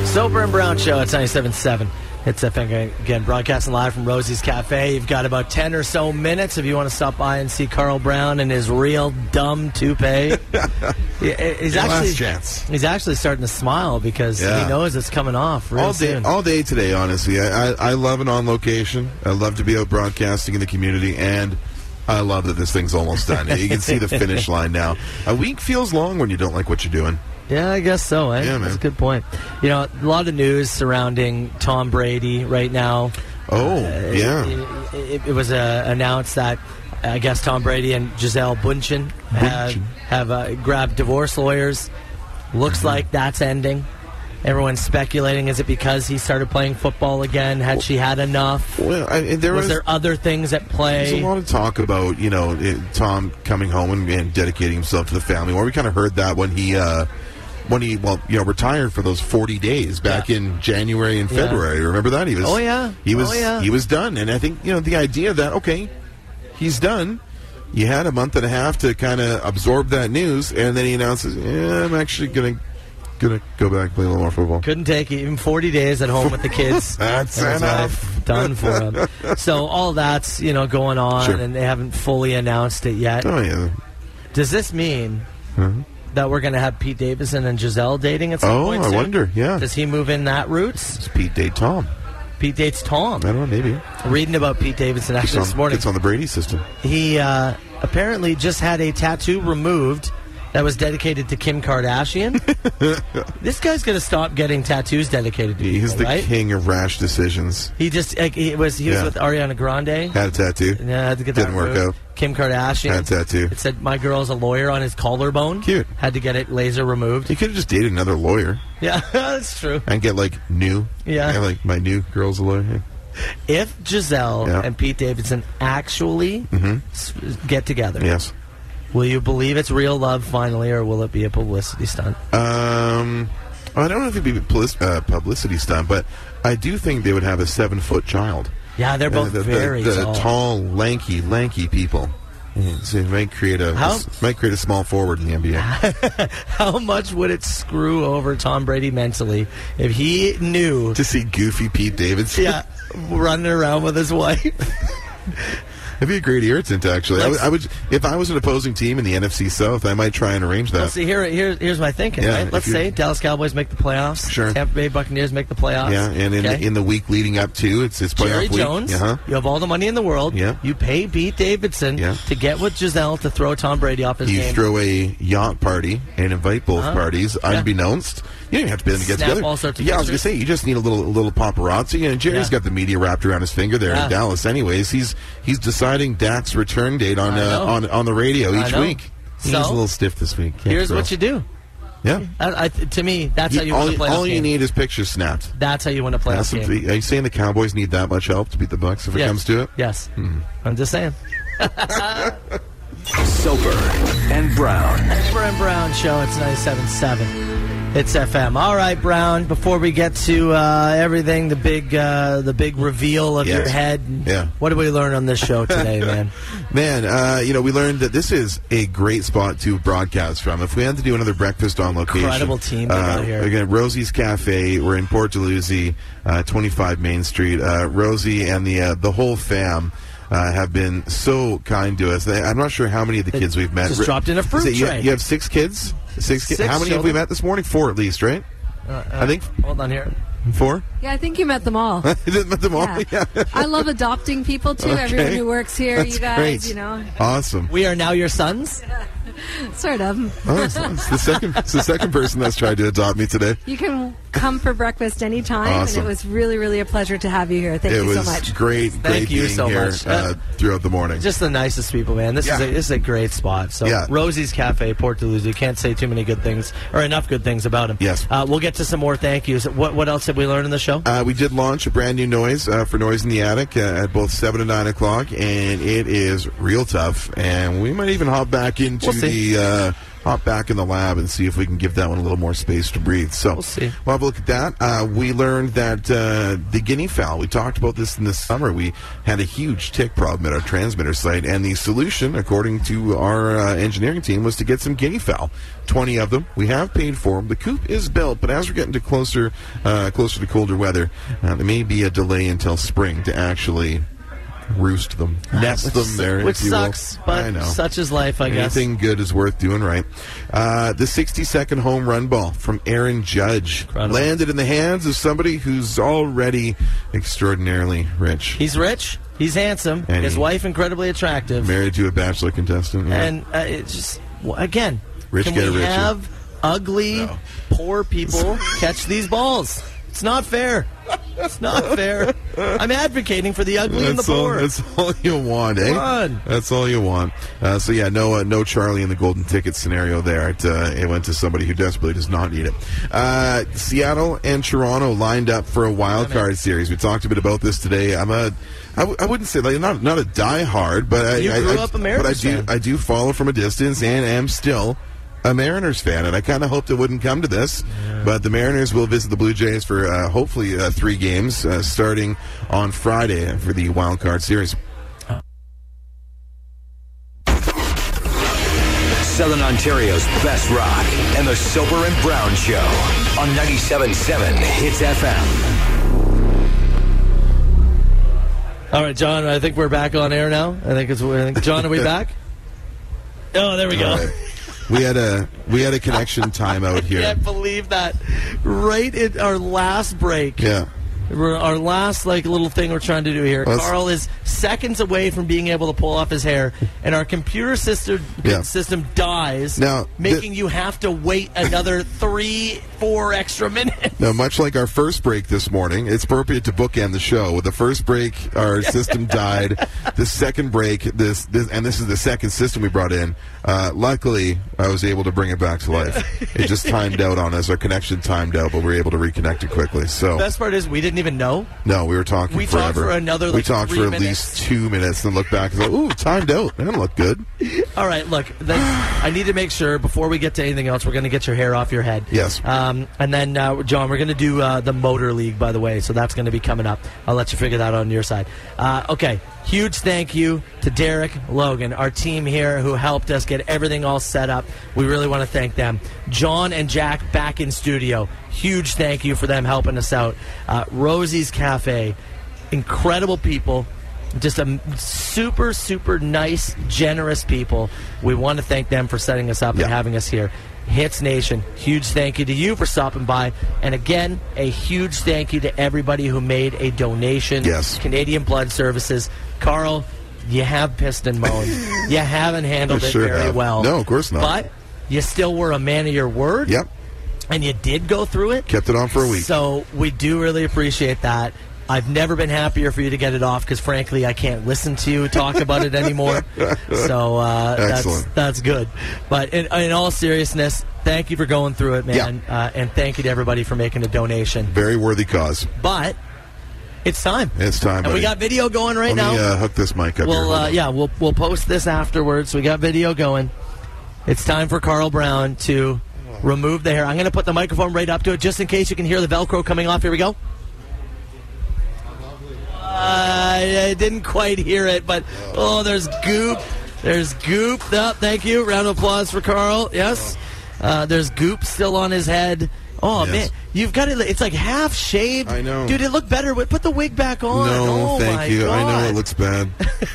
Soper and Brown Show at 977. It's FM again, broadcasting live from Rosie's Cafe. You've got about 10 or so minutes if you want to stop by and see Carl Brown and his real dumb toupee. Yeah, he's, Your last actually, chance. he's actually starting to smile because Yeah. he knows it's coming off real all day, soon. all day today. Honestly, I, I, I love an on location. I love to be out broadcasting in the community, and I love that this thing's almost done. you can see the finish line now. A week feels long when you don't like what you're doing. Yeah, I guess so. Eh? Yeah, man. That's a good point. You know, a lot of news surrounding Tom Brady right now. Oh, Uh, yeah. It, it- it was uh, announced that I guess Tom Brady and Giselle Bundchen have, have uh, grabbed divorce lawyers. Looks Mm-hmm. like that's ending. Everyone's speculating: is it because he started playing football again? Had she had enough? Well, I, there was, was- there other things at play? There's a lot of talk about you know it, Tom coming home and, and dedicating himself to the family. Well, we kind of heard that when he uh, when he well you know retired for those 40 days back in January and Yeah. February. Remember that he was Oh, yeah. he was Oh, yeah. he was done. And I think you know the idea that okay he's done. You had a month and a half to kind of absorb that news, and then he announces, "Yeah, I'm actually gonna gonna go back and play a little more football." Couldn't take it. Even 40 days at home with the kids. That's It was enough. like Done for them. so all that's, you know, going on, Sure. and they haven't fully announced it yet. Oh yeah. Does this mean Mhm. that we're going to have Pete Davidson and Giselle dating at some Oh, point I soon? wonder, yeah. Does he move in that routes? Pete date Tom. Pete dates Tom. I don't know, maybe. Reading about Pete Davidson It's actually on, this morning. it's on the Brady system. He uh, apparently just had a tattoo removed that was dedicated to Kim Kardashian. this guy's going to stop getting tattoos dedicated to He's people, the right? king of rash decisions. He just like, he was he was Yeah. with Ariana Grande. Had a tattoo. Yeah, I had to get that Didn't work removed. Kim Kardashian Had a tattoo. It said my girl's a lawyer on his collarbone. Cute. Had to get it laser removed. You could have just dated another lawyer Yeah, that's true. and get like new. Yeah. And, like my new girl's a lawyer. If Giselle Yeah. and Pete Davidson actually Mhm. s- get together, Yes. will you believe it's real love finally, or will it be a publicity stunt? Um, I don't know if it'd be public, uh, publicity stunt, but I do think they would have a seven foot child. Yeah, they're both the, the- very the tall. lanky, lanky people. Yeah, so it might create a How- might create a small forward in the NBA. How much would it screw over Tom Brady mentally if he knew to see goofy Pete Davidson? Yeah, running around with his wife. That'd be a great irritant, actually. I Let's- would- I would, if I was an opposing team in the NFC South, I might try and arrange that. Well, see, here, here, here's my thinking. Yeah, right? Let's if you- say Dallas Cowboys make the playoffs. Sure. Tampa Bay Buccaneers make the playoffs. Yeah, and in, okay? the, in the week leading up to it's it's playoff Jerry week. Jones, Uh-huh. you have all the money in the world. Yeah. You pay Pete Davidson to get with Giselle to throw Tom Brady off his You game. throw a yacht party and invite both Uh-huh. parties, Yeah. unbeknownst. You don't even have to be them to get Snap together. all sorts of yeah, I was gonna pictures. say you just need a little a little paparazzi, and Jerry's Yeah. got the media wrapped around his finger there Yeah. in Dallas. Anyways, he's he's deciding Dak's return date on I uh, know. on on the radio I each know. week. He's So, a little stiff this week. Yeah, Here's so- what you do. yeah. I, I, to me, that's how you all win a playoff all you game. need is pictures snapped. That's how you win a playoff That's what- game. are you saying the Cowboys need that much help to beat the Bucks if it Yes. comes to it? Hmm. Yes. I'm just saying. Soper and Brown. Soper and Brown Show. It's 97.7. It's FM. All right, Brown. Before we get to uh, everything, the big, uh, the big reveal of Yes. your head. Yeah. What did we learn on this show today, man? Man, uh, you know, we learned that this is a great spot to broadcast from. If we had to do another breakfast on location, Incredible team they uh, got here. Again, Rosie's Cafe. We're in Port Dalhousie, uh, 25 Main Street. Uh, Rosie and the uh, the whole fam. uh, have been so kind to us. They- I'm not sure how many of the kids we've met. just Ri- dropped in a fruit Is it- you- tray. You, have six kids. Six. kids. Six how many have we children. met this morning? Four at least, right? Uh, uh, I think Hold on here. four. Yeah, I think you met them all. Didn't met them all. Yeah. I love adopting people too. Oh, Okay. Everyone who works here, That's you guys, great. you know, Awesome. We are now your sons. sort of. Oh, it's, it's the second. It's the second person that's tried to adopt me today. You can come for breakfast anytime, Awesome. and it was really, really a pleasure to have you here. Thank it you was so much. great. Thank great you being so here, much. Uh, throughout the morning. Just the nicest people, man. This is Yeah. a, this is a great spot. So Yeah. Rosie's Cafe, Port Duluth. Can't say too many good things or enough good things about him. Yes. Uh, we'll get to some more thank yous. What what else did we learn in the show? Uh, we did launch a brand new noise uh, for Noise in the Attic uh, at both 7 and 9 o'clock, and it is real tough. And we might even hop back into We'll see. the. Uh, Hop back in the lab and see if we can give that one a little more space to breathe. So we'll, see. we'll have a look at that. Uh, we learned that uh, the guinea fowl. We talked about this in the summer. We had a huge tick problem at our transmitter site, and the solution, according to our uh, engineering team, was to get some guinea fowl. Twenty of them. We have paid for them. The coop is built, but as we're getting to closer, uh, closer to colder weather, uh, there may be a delay until spring to actually roost them, nest Which them there, su- if which you will. sucks, but I know. such is life, I guess. Anything good is worth doing right. Uh, the 60 second home run ball from Aaron Judge landed in the hands of somebody who's already extraordinarily rich. He's rich. He's handsome. And His he- wife incredibly attractive. Married to a bachelor contestant. yeah. And uh, it's just w- again, Rich can get we richer. have ugly, poor people catch these balls? It's not fair. It's not fair. I'm advocating for the ugly and the that's all, poor. that's all you want, eh? Come on. That's all you want. Uh, so yeah, no, uh, no Charlie in the golden ticket scenario there. It, uh, it went to somebody who desperately does not need it. Uh, Seattle and Toronto lined up for a wild card series. We talked a bit about this today. I'm a, I, w- I wouldn't say like not not a diehard, but I, You I- grew I- up a Mariners but I do fan. I do follow from a distance and am still. A Mariners fan, and I kind of hoped it wouldn't come to this, but the Mariners will visit the Blue Jays for uh, hopefully uh, three games uh, starting on Friday for the wild card series. Southern Ontario's best rock and the Soper and Brown Show on 97.7 Hits FM. All right, John. I think we're back on air now. I think it's. I think, John, are we back? Oh, there we go. All right. We had a we had a connection timeout here. Can't believe that. Right at our last break. Yeah. We're- Our last like little thing we're trying to do here. Let's- Carl is seconds away from being able to pull off his hair, and our computer system Yeah. system dies, Now, making you have to wait another three, four extra minutes. Now, much like our first break this morning, it's appropriate to bookend the show. With the first break, our system died. The second break, this, this and this is the second system we brought in. Uh, luckily, I was able to bring it back to life. It just timed out on us. Our connection timed out, but we were able to reconnect it quickly. So. Best part is we didn't even know. No, we were talking We forever. talked for another, we like, talked three for at minutes. least two minutes and looked back and said, "Ooh, timed out. That didn't look good." All right, look, then I need to make sure before we get to anything else, we're going to get your hair off your head. Yes. Um, and then, uh, John, we're going to do uh, the Motor League, by the way, so that's going to be coming up. I'll let you figure that out on your side. Uh, okay, huge thank you to Derek Logan, our team here who helped us get everything all set up. We really want to thank them. John and Jack back in studio. Huge thank you for them helping us out. Uh, Rosie's Cafe, incredible people just a m- super super nice generous people we want to thank them for setting us up and having us here hits nation huge thank you to you for stopping by and again a huge thank you to everybody who made a donation yes canadian blood services carl you have pissed and moaned you haven't handled I it sure very have. well No, of course not. but you still were a man of your word Yep. and you did go through it Kept it on for a week. so we do really appreciate that. I've never been happier for you to get it off because, frankly, I can't listen to you talk about it anymore. So uh, that's Excellent. that's good. But in, in all seriousness, thank you for going through it, man, uh, and thank you to everybody for making a donation. Very worthy cause. But it's time. It's time. And we buddy. got video going right Let now. Me, uh, hook this mic up. here. We'll Hold uh, on. yeah, we'll we'll post this afterwards. We got video going. It's time for Carl Brown to remove the hair. I'm going to put the microphone right up to it just in case you can hear the Velcro coming off. Here we go. Uh, I didn't quite hear it, but oh, there's goop. There's goop. Up. Thank you. Round of applause for Carl. Yes. Uh, there's goop still on his head. Oh Yes. man, you've got it. It's like half shaved. I know, dude. It looked better. with Put the wig back on. No, oh my thank you. God. I know it looks bad.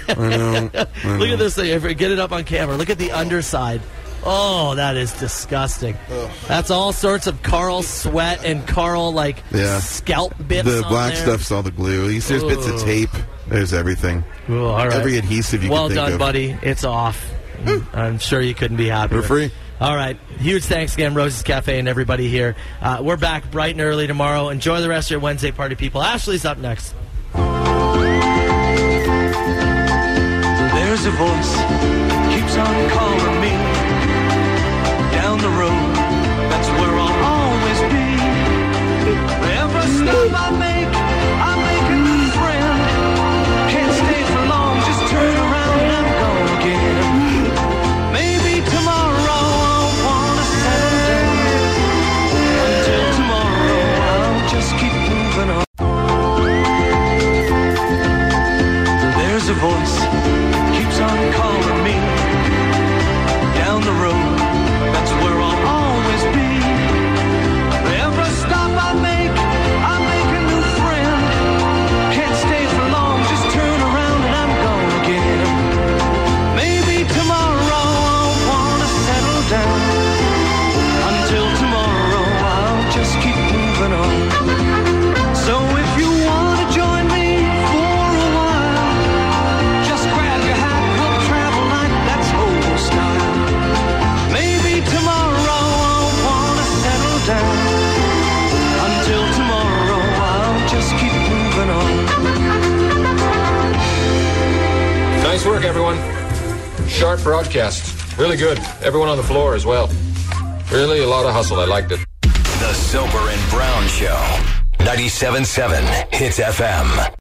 I know. I Look know. at this thing. Everybody, Get it up on camera. Look at the underside. Oh, that is disgusting. That's all sorts of Carl sweat and Carl like Yeah. scalp bits. The on black there. stuff's all the glue. There's there's bits of Ooh. tape. There's everything. Ooh, all right. Every adhesive you well can think done, of. buddy. It's off. I'm sure you couldn't be happy. We're with- free. All right. Huge thanks again, Roses Cafe, and everybody here. Uh, we're back bright and early tomorrow. Enjoy the rest of your Wednesday party, people. Ashley's up next. There's a voice keeps on calling me down the road. That's where I'll always be. Every stop I make, I make a new friend. Can't stay for long, just turn around and I'm gone again. Maybe tomorrow I'll wanna settle down. Until tomorrow, I'll just keep moving on. There's a voice keeps on calling me down the road. That's where I'll always be. Every stop I make, I make a new friend. Can't stay for long, just turn around and I'm gone again. Maybe tomorrow I'll wanna settle down. Until tomorrow, I'll just keep moving on. So if you wanna join me for a while. Just grab your hat, we'll travel like that's old style. Maybe tomorrow I'll wanna settle down. Until tomorrow, I'll just keep moving on. Nice work, everyone. Sharp broadcast. Really good. Everyone on the floor as well. Really a lot of hustle. I liked it. The Soper and Brown Show. 97.7 Hits FM.